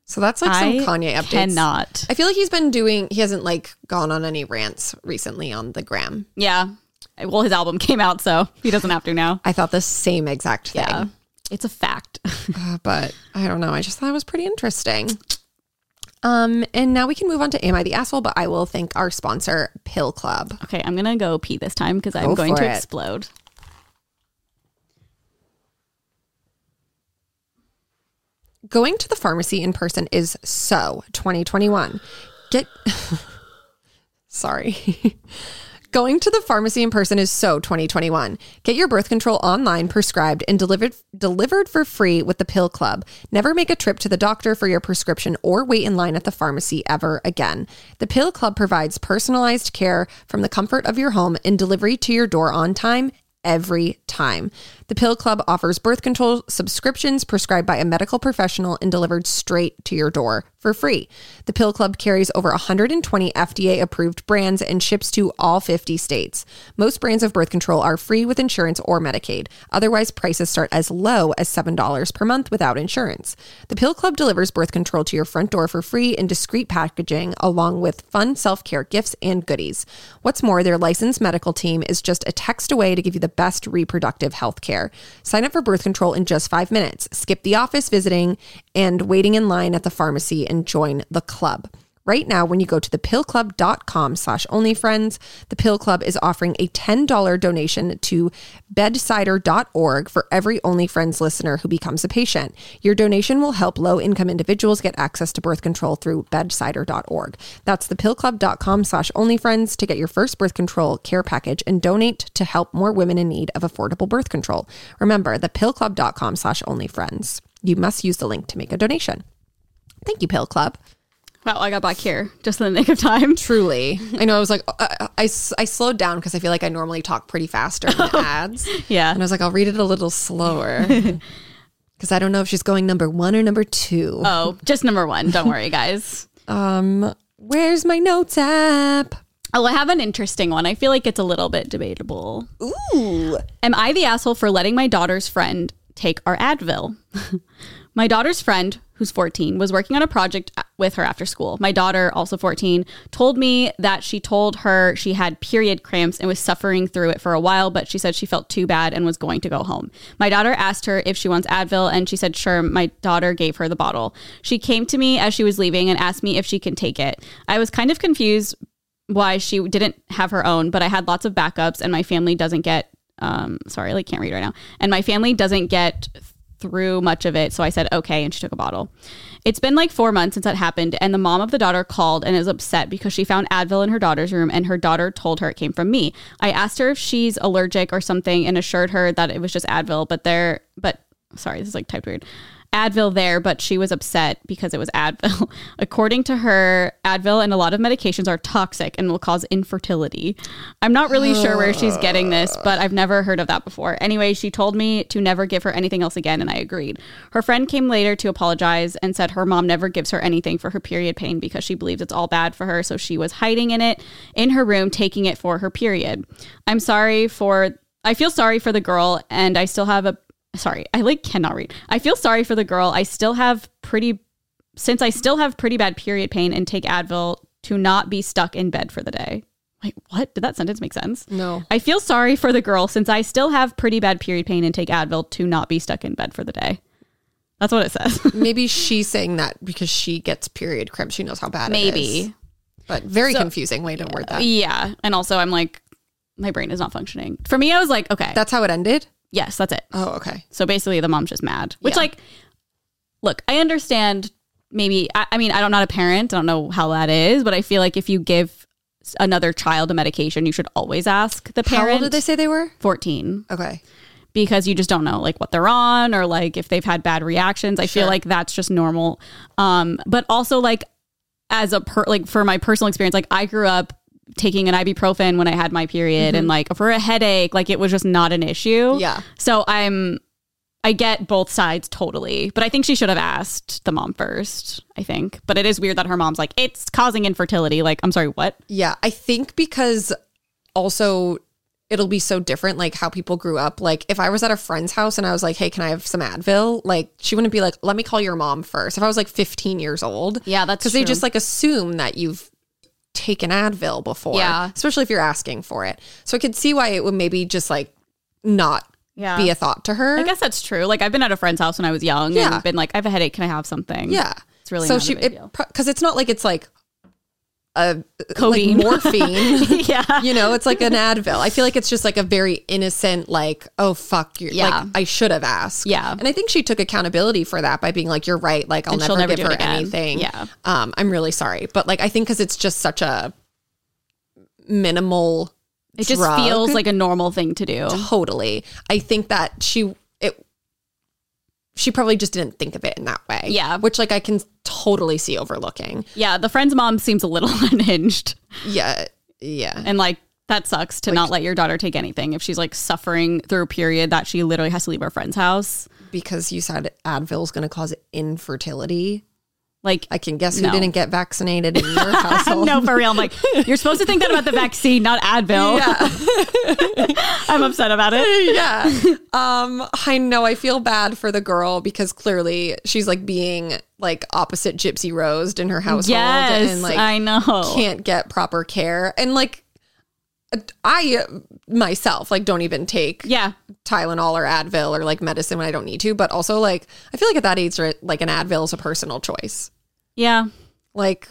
So that's like some
I
Kanye updates.
Cannot.
I feel like he's been doing, he hasn't like gone on any rants recently on the gram.
Yeah. Well, his album came out, so he doesn't have to now.
I thought the same exact thing.
Yeah. It's a fact.
Uh, but I don't know. I just thought it was pretty interesting. Um, and now we can move on to Am I the Asshole? But I will thank our sponsor, Pill Club.
Okay, I'm gonna go pee this time because I'm
Go
going
for
to
it.
explode.
Going to the pharmacy in person is so 2021. Get sorry. Going to the pharmacy in person is so 2021. Get your birth control online, prescribed, and delivered delivered for free with the Pill Club. Never make a trip to the doctor for your prescription or wait in line at the pharmacy ever again. The Pill Club provides personalized care from the comfort of your home and delivery to your door on time every time. The Pill Club offers birth control subscriptions prescribed by a medical professional and delivered straight to your door for free. The Pill Club carries over 120 FDA approved brands and ships to all 50 states. Most brands of birth control are free with insurance or Medicaid. Otherwise, prices start as low as $7 per month without insurance. The Pill Club delivers birth control to your front door for free in discreet packaging along with fun self-care gifts and goodies. What's more, their licensed medical team is just a text away to give you the best reproductive health care. Sign up for birth control in just five minutes. Skip the office visiting and waiting in line at the pharmacy and join the club. Right now, when you go to thepillclub.com slash onlyfriends, the Pill Club is offering a $10 donation to bedsider.org for every OnlyFriends listener who becomes a patient. Your donation will help low-income individuals get access to birth control through bedsider.org. That's thepillclub.com slash onlyfriends to get your first birth control care package and donate to help more women in need of affordable birth control. Remember, thepillclub.com slash onlyfriends. You must use the link to make a donation. Thank you, Pill Club.
Wow, I got back here just in the nick of time.
Truly. I know I was like, I, I, I slowed down because I feel like I normally talk pretty faster in the ads.
Yeah.
And I was like, I'll read it a little slower because I don't know if she's going number one or number two.
Oh, just number one. Don't worry, guys.
Um, where's my notes app?
Oh, I have an interesting one. I feel like it's a little bit debatable.
Ooh.
Am I the asshole for letting my daughter's friend take our Advil? my daughter's friend, who's 14, was working on a project with her after school. My daughter, also 14, told me that she told her she had period cramps and was suffering through it for a while, but she said she felt too bad and was going to go home. My daughter asked her if she wants Advil, and she said, sure. My daughter gave her the bottle. She came to me as she was leaving and asked me if she can take it. I was kind of confused why she didn't have her own, but I had lots of backups, and my family doesn't get. Um, sorry, I like can't read right now, and my family doesn't get through much of it. So I said okay, and she took a bottle. It's been like four months since that happened, and the mom of the daughter called and is upset because she found Advil in her daughter's room, and her daughter told her it came from me. I asked her if she's allergic or something, and assured her that it was just Advil, but there, but sorry, this is like typed weird. Advil there, but she was upset because it was Advil. According to her, Advil and a lot of medications are toxic and will cause infertility. I'm not really sure where she's getting this, but I've never heard of that before. Anyway, she told me to never give her anything else again, and I agreed. Her friend came later to apologize and said her mom never gives her anything for her period pain because she believes it's all bad for her, so she was hiding in it in her room, taking it for her period. I'm sorry for. I feel sorry for the girl, and I still have a sorry, I like cannot read. I feel sorry for the girl. I still have pretty since I still have pretty bad period pain and take Advil to not be stuck in bed for the day. Wait, what? Did that sentence make sense?
No.
I feel sorry for the girl since I still have pretty bad period pain and take Advil to not be stuck in bed for the day. That's what it says.
Maybe she's saying that because she gets period cramps. She knows how bad it is.
Maybe.
But very confusing way to word that.
Yeah. And also I'm like my brain is not functioning. For me I was like, okay.
That's how it ended?
yes, that's it.
Oh, okay.
So basically, the mom's just mad. Which,
Yeah.
like, look, I understand. Maybe I, I mean I don't not a parent. I don't know how that is, but I feel like if you give s- another child a medication, you should always ask the parent.
How old did they say they were?
Fourteen,
Okay.
because you just don't know like what they're on or like if they've had bad reactions. I feel
Sure.
like that's just normal. Um, but also like as a per like for my personal experience, like I grew up taking an ibuprofen when I had my period and like for a headache, like it was just not an issue.
Mm-hmm. Yeah.
So I'm I get both sides totally, but I think she should have asked the mom first, I think. But it is weird that her mom's like it's causing infertility. Like, I'm sorry, what?
Yeah, I think because also it'll be so different, like how people grew up. Like if I was at a friend's house and I was like, "Hey, can I have some Advil?" Like she wouldn't be like, "Let me call your mom first. If I was like 15 years old,
Yeah, that's
because they just like assume that you've taken Advil before,
Yeah.
Especially if you're asking for it. So I could see why it would maybe just like not
yeah.
be a thought to her.
I guess that's true. Like I've been at a friend's house when I was young
Yeah.
and been like, I have a headache. Can I have something?
yeah,
It's really
so
not a
she
big deal.
it because it's not like it's like a
Codeine.
like morphine.
yeah.
you know, it's like an Advil. I feel like it's just like a very innocent, like, oh fuck, you
Yeah.
like I should have asked.
Yeah.
and I think she took accountability for that by being like, you're right, like I'll
And she'll
never,
never
give
do it
her
again.
anything.
Yeah.
um, I'm really sorry, but like I think because it's just such a minimal,
It just
drug.
feels like a normal thing to do.
totally. I think that she it. She probably just didn't think of it in that way.
Yeah.
Which, like, I can totally see overlooking.
Yeah, the friend's mom seems a little unhinged.
Yeah. Yeah.
And like that sucks to not let your daughter take anything if she's like suffering through a period that she literally has to leave her friend's house.
Because you said Advil's going to cause infertility.
Like
I can guess who
No.
didn't get vaccinated in your household.
no, for real. I'm like, you're supposed to think that about the vaccine, not Advil.
Yeah.
I'm upset about it.
yeah. Um, I know I feel bad for the girl because clearly she's like being like opposite Gypsy Rosed in her household
Yes,
and like
I know.
can't get proper care. And like I myself like don't even take
Yeah,
Tylenol or Advil or like medicine when I don't need to, but also like I feel like at that age like an Advil is a personal choice.
yeah,
Like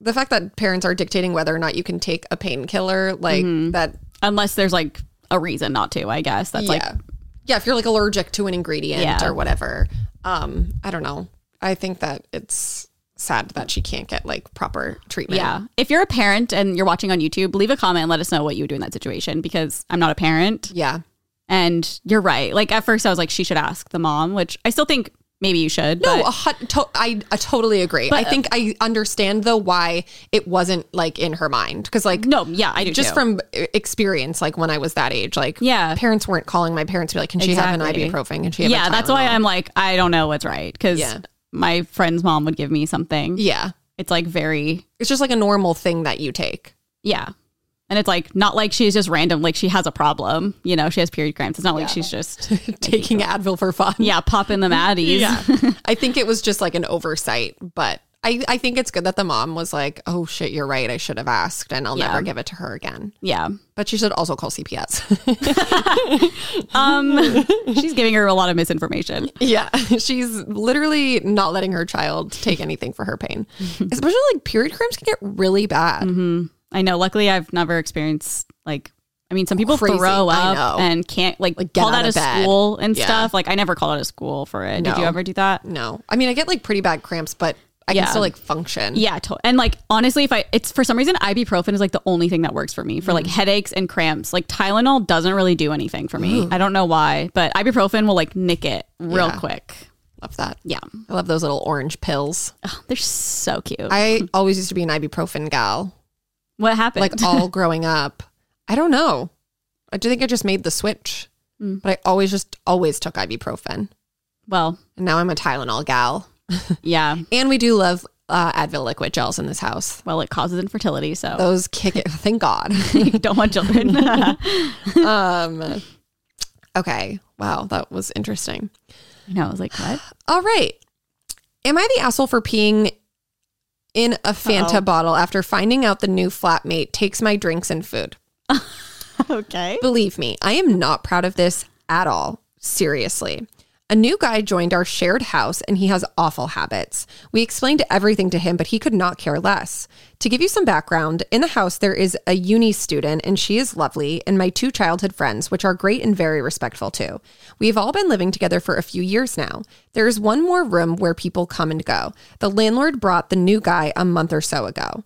the fact that parents are dictating whether or not you can take a painkiller like that
unless there's like a reason not to. I guess that's like
yeah. yeah, if you're like allergic to an ingredient
Yeah.
or whatever. Um, I don't know. I think that it's sad that she can't get like proper treatment.
Yeah. If you're a parent and you're watching on YouTube, leave a comment and let us know what you would do in that situation because I'm not a parent.
Yeah.
And you're right. Like at first I was like, she should ask the mom, which I still think maybe you should.
No,
but uh,
a hot, to- I, I totally agree. I think I understand though why it wasn't like in her mind because like
no, yeah, I do.
just
too.
from uh, experience, like when I was that age, like
Yeah.
parents weren't calling my parents to be like, can she have
Exactly.
an ibuprofen? Can she have
Yeah,
a
that's why
Tylenol?"
I'm like, I don't know what's right. Because
Yeah.
my friend's mom would give me something.
yeah,
It's like very
it's just like a normal thing that you take.
yeah. And it's like not like she's just random, like she has a problem. You know, she has period cramps. It's not like she's just
Taking Advil for fun.
yeah, popping them Addies.
Yeah. I think it was just like an oversight, but I, I think it's good that the mom was like, oh shit, you're right. I should have asked and I'll
Yeah.
never give it to her again.
yeah.
But she should also call CPS.
Um she's giving her a lot of misinformation.
yeah. She's literally not letting her child take anything for her pain, especially like period cramps can get really bad.
Mm-hmm. I know. Luckily, I've never experienced like. I mean, some people
Crazy.
throw
I
up
know.
and can't like,
Like, get
call
out
that a
of bed.
school and
Yeah.
stuff. Like, I never called out of school for it. Did you
No.
ever do that?
No, I mean, I get like pretty bad cramps, but I
Yeah.
can still like function.
Yeah, to- and like honestly, if I it's for some reason ibuprofen is like the only thing that works for me for
Mm.
like headaches and cramps. Like Tylenol doesn't really do anything for me. I don't know why, but ibuprofen will like nick it real
Mm. Yeah.
quick.
Love that.
Yeah,
I love those little orange pills.
Ugh, they're so cute.
I always used to be an ibuprofen gal.
what happened?
like all growing up. I don't know. I do think I just made the switch, but I always just always took ibuprofen,
well,
and now I'm a Tylenol gal.
yeah.
And we do love uh, Advil liquid gels in this house.
Well, it causes infertility, so
Those kick it. Thank God.
don't want children. I
um, okay. Wow, that was interesting.
know. I was like, what?
All right. Am I the asshole for peeing in a Fanta
Uh-oh.
bottle after finding out the new flatmate takes my drinks and food?
okay.
Believe me, I am not proud of this at all. Seriously. A new guy joined our shared house and he has awful habits. We explained everything to him, but he could not care less. To give you some background, in the house there is a uni student and she is lovely, and my two childhood friends, which are great and very respectful too. We have all been living together for a few years now. There is one more room where people come and go. The landlord brought the new guy a month or so ago.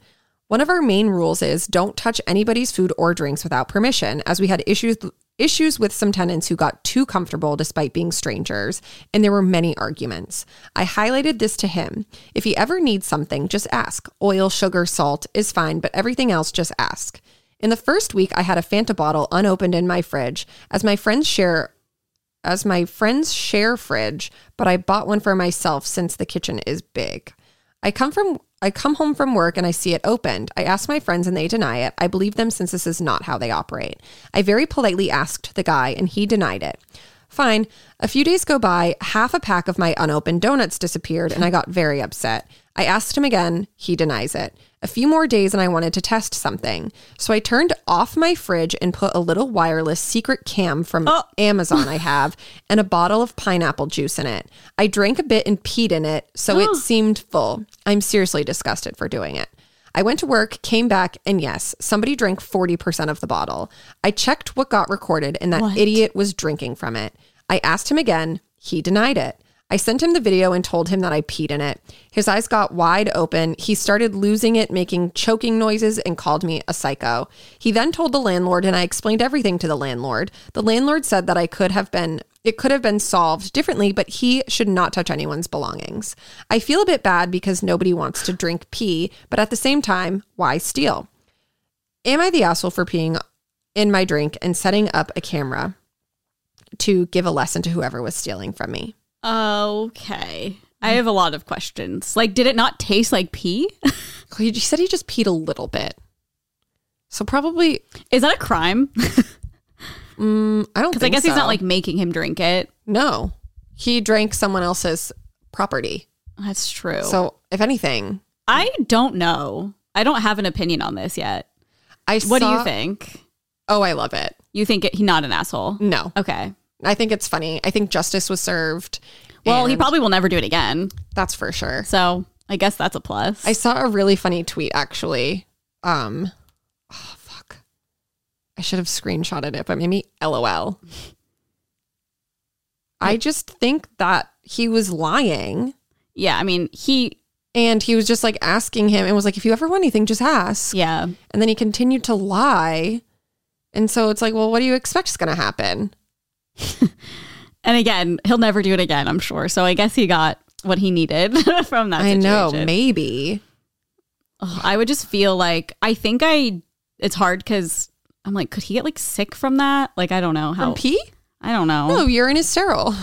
One of our main rules is don't touch anybody's food or drinks without permission, as we had issues issues with some tenants who got too comfortable despite being strangers, and there were many arguments. I highlighted this to him. If he ever needs something, just ask. Oil, sugar, salt is fine, but everything else, just ask. In the first week, I had a Fanta bottle unopened in my fridge. As my friends share as my friends share fridge, but I bought one for myself since the kitchen is big. I come from I come home from work and I see it opened. I ask my friends and they deny it. I believe them since this is not how they operate. I very politely asked the guy and he denied it. Fine. A few days go by, half a pack of my unopened donuts disappeared and I got very upset. I asked him again, he denies it. A few more days and I wanted to test something. So I turned off my fridge and put a little wireless secret cam from Amazon I have and a bottle of pineapple juice in it. I drank a bit and peed in it, so it seemed full. I'm seriously disgusted for doing it. I went to work, came back, and yes, somebody drank 40% of the bottle. I checked what got recorded, and that idiot was drinking from it. I asked him again. He denied it. I sent him the video and told him that I peed in it. His eyes got wide open. He started losing it, making choking noises, and called me a psycho. He then told the landlord, and I explained everything to the landlord. The landlord said that I could have been. It could have been solved differently, but he should not touch anyone's belongings. I feel a bit bad because nobody wants to drink pee, but at the same time, why steal? Am I the asshole for peeing in my drink and setting up a camera to give a lesson to whoever was stealing from me?
Okay. I have a lot of questions. Like, did it not taste like pee?
He he said he just peed a little bit. So probably,
Is that a crime? Because
I don't think
I guess he's
so.
not like making him drink it.
no, he drank someone else's property.
That's true.
So if anything,
I don't know. I don't have an opinion on this yet.
I
What do
saw-
you think?
Oh, I love it.
You think it, he not an asshole?
No,
Okay.
I think it's funny. I think justice was served.
Well, he
and
probably will never do it again.
that's for sure.
So I guess that's a plus.
I saw a really funny tweet actually. Um, oh fuck, I should have screenshotted it, but maybe LOL. I just think that he was lying.
yeah. I mean, he.
And he was just like asking him and was like, if you ever want anything, just ask.
Yeah.
And then he continued to lie. And so it's like, well, what do you expect is going to happen?
And again, he'll never do it again. I'm sure. So I guess he got what he needed from that.
I know,
situation.
maybe.
Ugh, I would just feel like I think I. It's hard because I'm like, could he get like sick from that? Like I don't know how.
From pee?
I don't know.
Um, No, urine is sterile.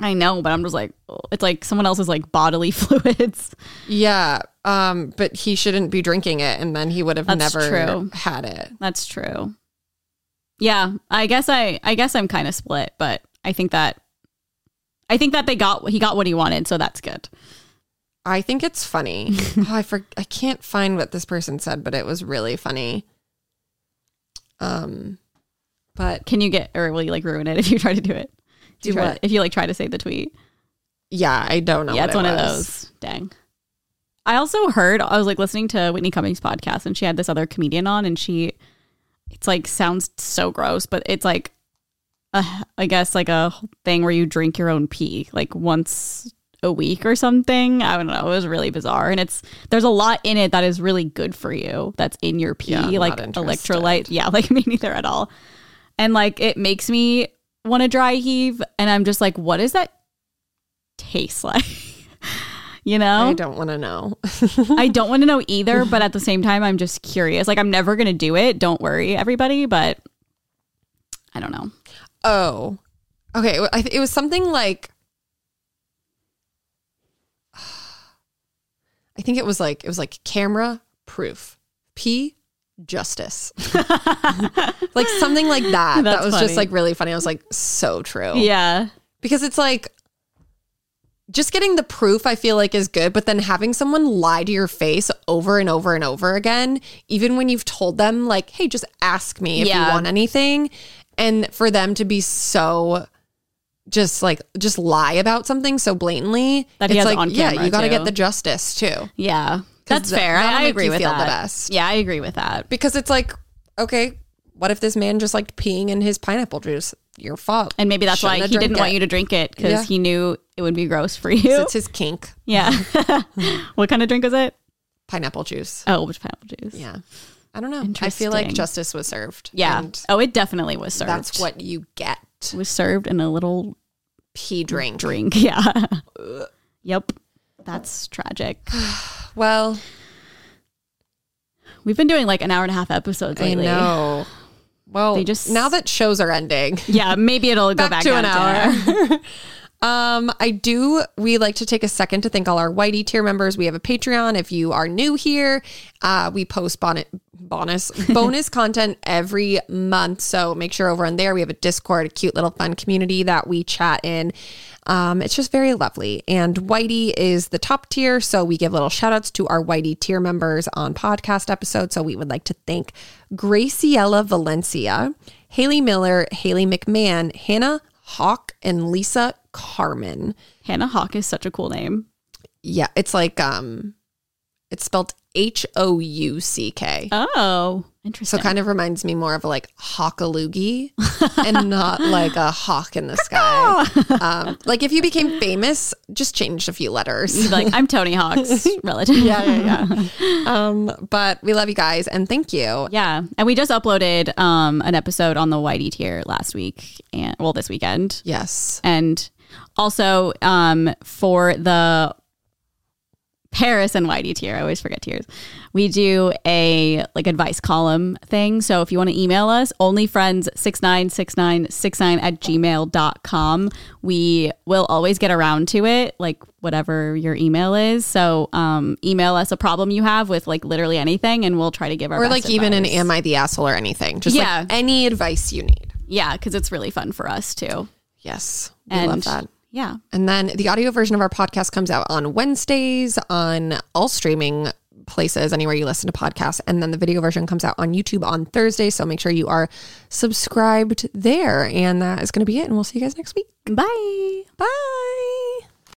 I know, but I'm just like, ugh, it's like someone else's like bodily fluids.
yeah. Um, but he shouldn't be drinking it. And then he would have
That's
never
true.
had it.
That's true. Yeah, I guess I I guess I'm kind of split, but I think that I think that they got he got what he wanted, so that's good.
I think it's funny. oh, I for, I can't find what this person said, but it was really funny. Um, but
Can you get or will you like ruin it if you try to do it? If
Do
you try-
what?
If you like try to say the tweet.
yeah, I don't know.
yeah,
what
it's
it
one of
was.
those. Dang. I also heard I was like listening to Whitney Cummings podcast and she had this other comedian on and she it's like sounds so gross, but it's like a, I guess like a thing where you drink your own pee like once a week or something. I don't know. It was really bizarre and it's there's a lot in it that is really good for you. That's in your pee
Yeah, I'm
like
not
electrolyte. Yeah, like me neither at all. And like it makes me want to dry heave and I'm just like what does that taste like? you know?
I don't want to know.
I don't want to know either, but at the same time, I'm just curious. Like, I'm never going to do it. Don't worry, everybody. But I don't know.
Oh, okay. Well, I th- It was something like. I think it was like it was like camera proof, P justice, like something like that. that
That's
was
funny.
just like really funny. I was like, so true.
Yeah.
because it's like just getting the proof I feel like is good, but then having someone lie to your face over and over and over again, even when you've told them like, "Hey, just ask me if
Yeah.
you want anything," and for them to be so just like just lie about something so blatantly
That he
it's
has it
like
on
yeah,
camera,
you got to
too.
get the justice too
Yeah. That's
that-
fair.
that'll
I, I
make
agree
you
with
feel the
that.
best.
Yeah, I agree with that.
because it's like okay, what if this man just liked peeing in his pineapple juice? Your fault,
And maybe that's
Shouldn't
why
have
he
drank
didn't want
it.
you to drink it because
Yeah.
he knew it would be gross for you.
It's his kink,
Yeah. what kind of drink was it?
pineapple juice.
Oh, it was pineapple juice.
Yeah. I don't know. I feel like
Interesting.
justice was served.
Yeah.
And
oh, it definitely was served.
that's what you get.
was served in a little
Pee drink.
drink. Yeah. yep. That's tragic.
Well,
We've been doing like an hour and a half episodes lately.
I know. Well,
They just-
now that shows are ending,
Yeah, maybe it'll go back,
back, to
down
an hour. um, I do. We like to take a second to thank all our Whitey tier members. We have a Patreon. If you are new here, uh, we post bonnet bonus bonus content every month. So make sure over on there we have a Discord, a cute little fun community that we chat in. Um, it's just very lovely. And Whitey is the top tier. So we give little shout outs to our Whitey tier members on podcast episodes. So we would like to thank Graciela Valencia, Haley Miller, Haley McMahon, Hannah Hawk, and Lisa Carmen.
Hannah Hawk is such a cool name.
Yeah, it's like um it's spelled H O U C K.
Oh,
So
interesting.
it kind of reminds me more of like hawkaloogie and not like a hawk in the sky. Um, like if you became famous, just changed a few letters.
He's like, I'm Tony Hawk's relative.
yeah, yeah. um, but we love you guys and thank you.
Yeah, and we just uploaded um, an episode on the Whitey tier last week, and well, this weekend,
Yes.
and also um, for the Paris and Whitey tier. I always forget tiers. We do a like advice column thing. So if you want to email us, onlyfriends696969 at gmail.com. We will always get around to it, like whatever your email is. So um, email us a problem you have with like literally anything and we'll try to give our
Or
best
like even an
advice.
am I the asshole or anything. Just
Yeah.
like any advice you need.
Yeah, because it's really fun for us too.
Yes. We
And
love that.
Yeah.
And then the audio version of our podcast comes out on Wednesdays on all streaming places, anywhere you listen to podcasts. And then the video version comes out on YouTube on Thursday. So make sure you are subscribed there. And that is going to be it. And we'll see you guys next week.
Bye.
Bye.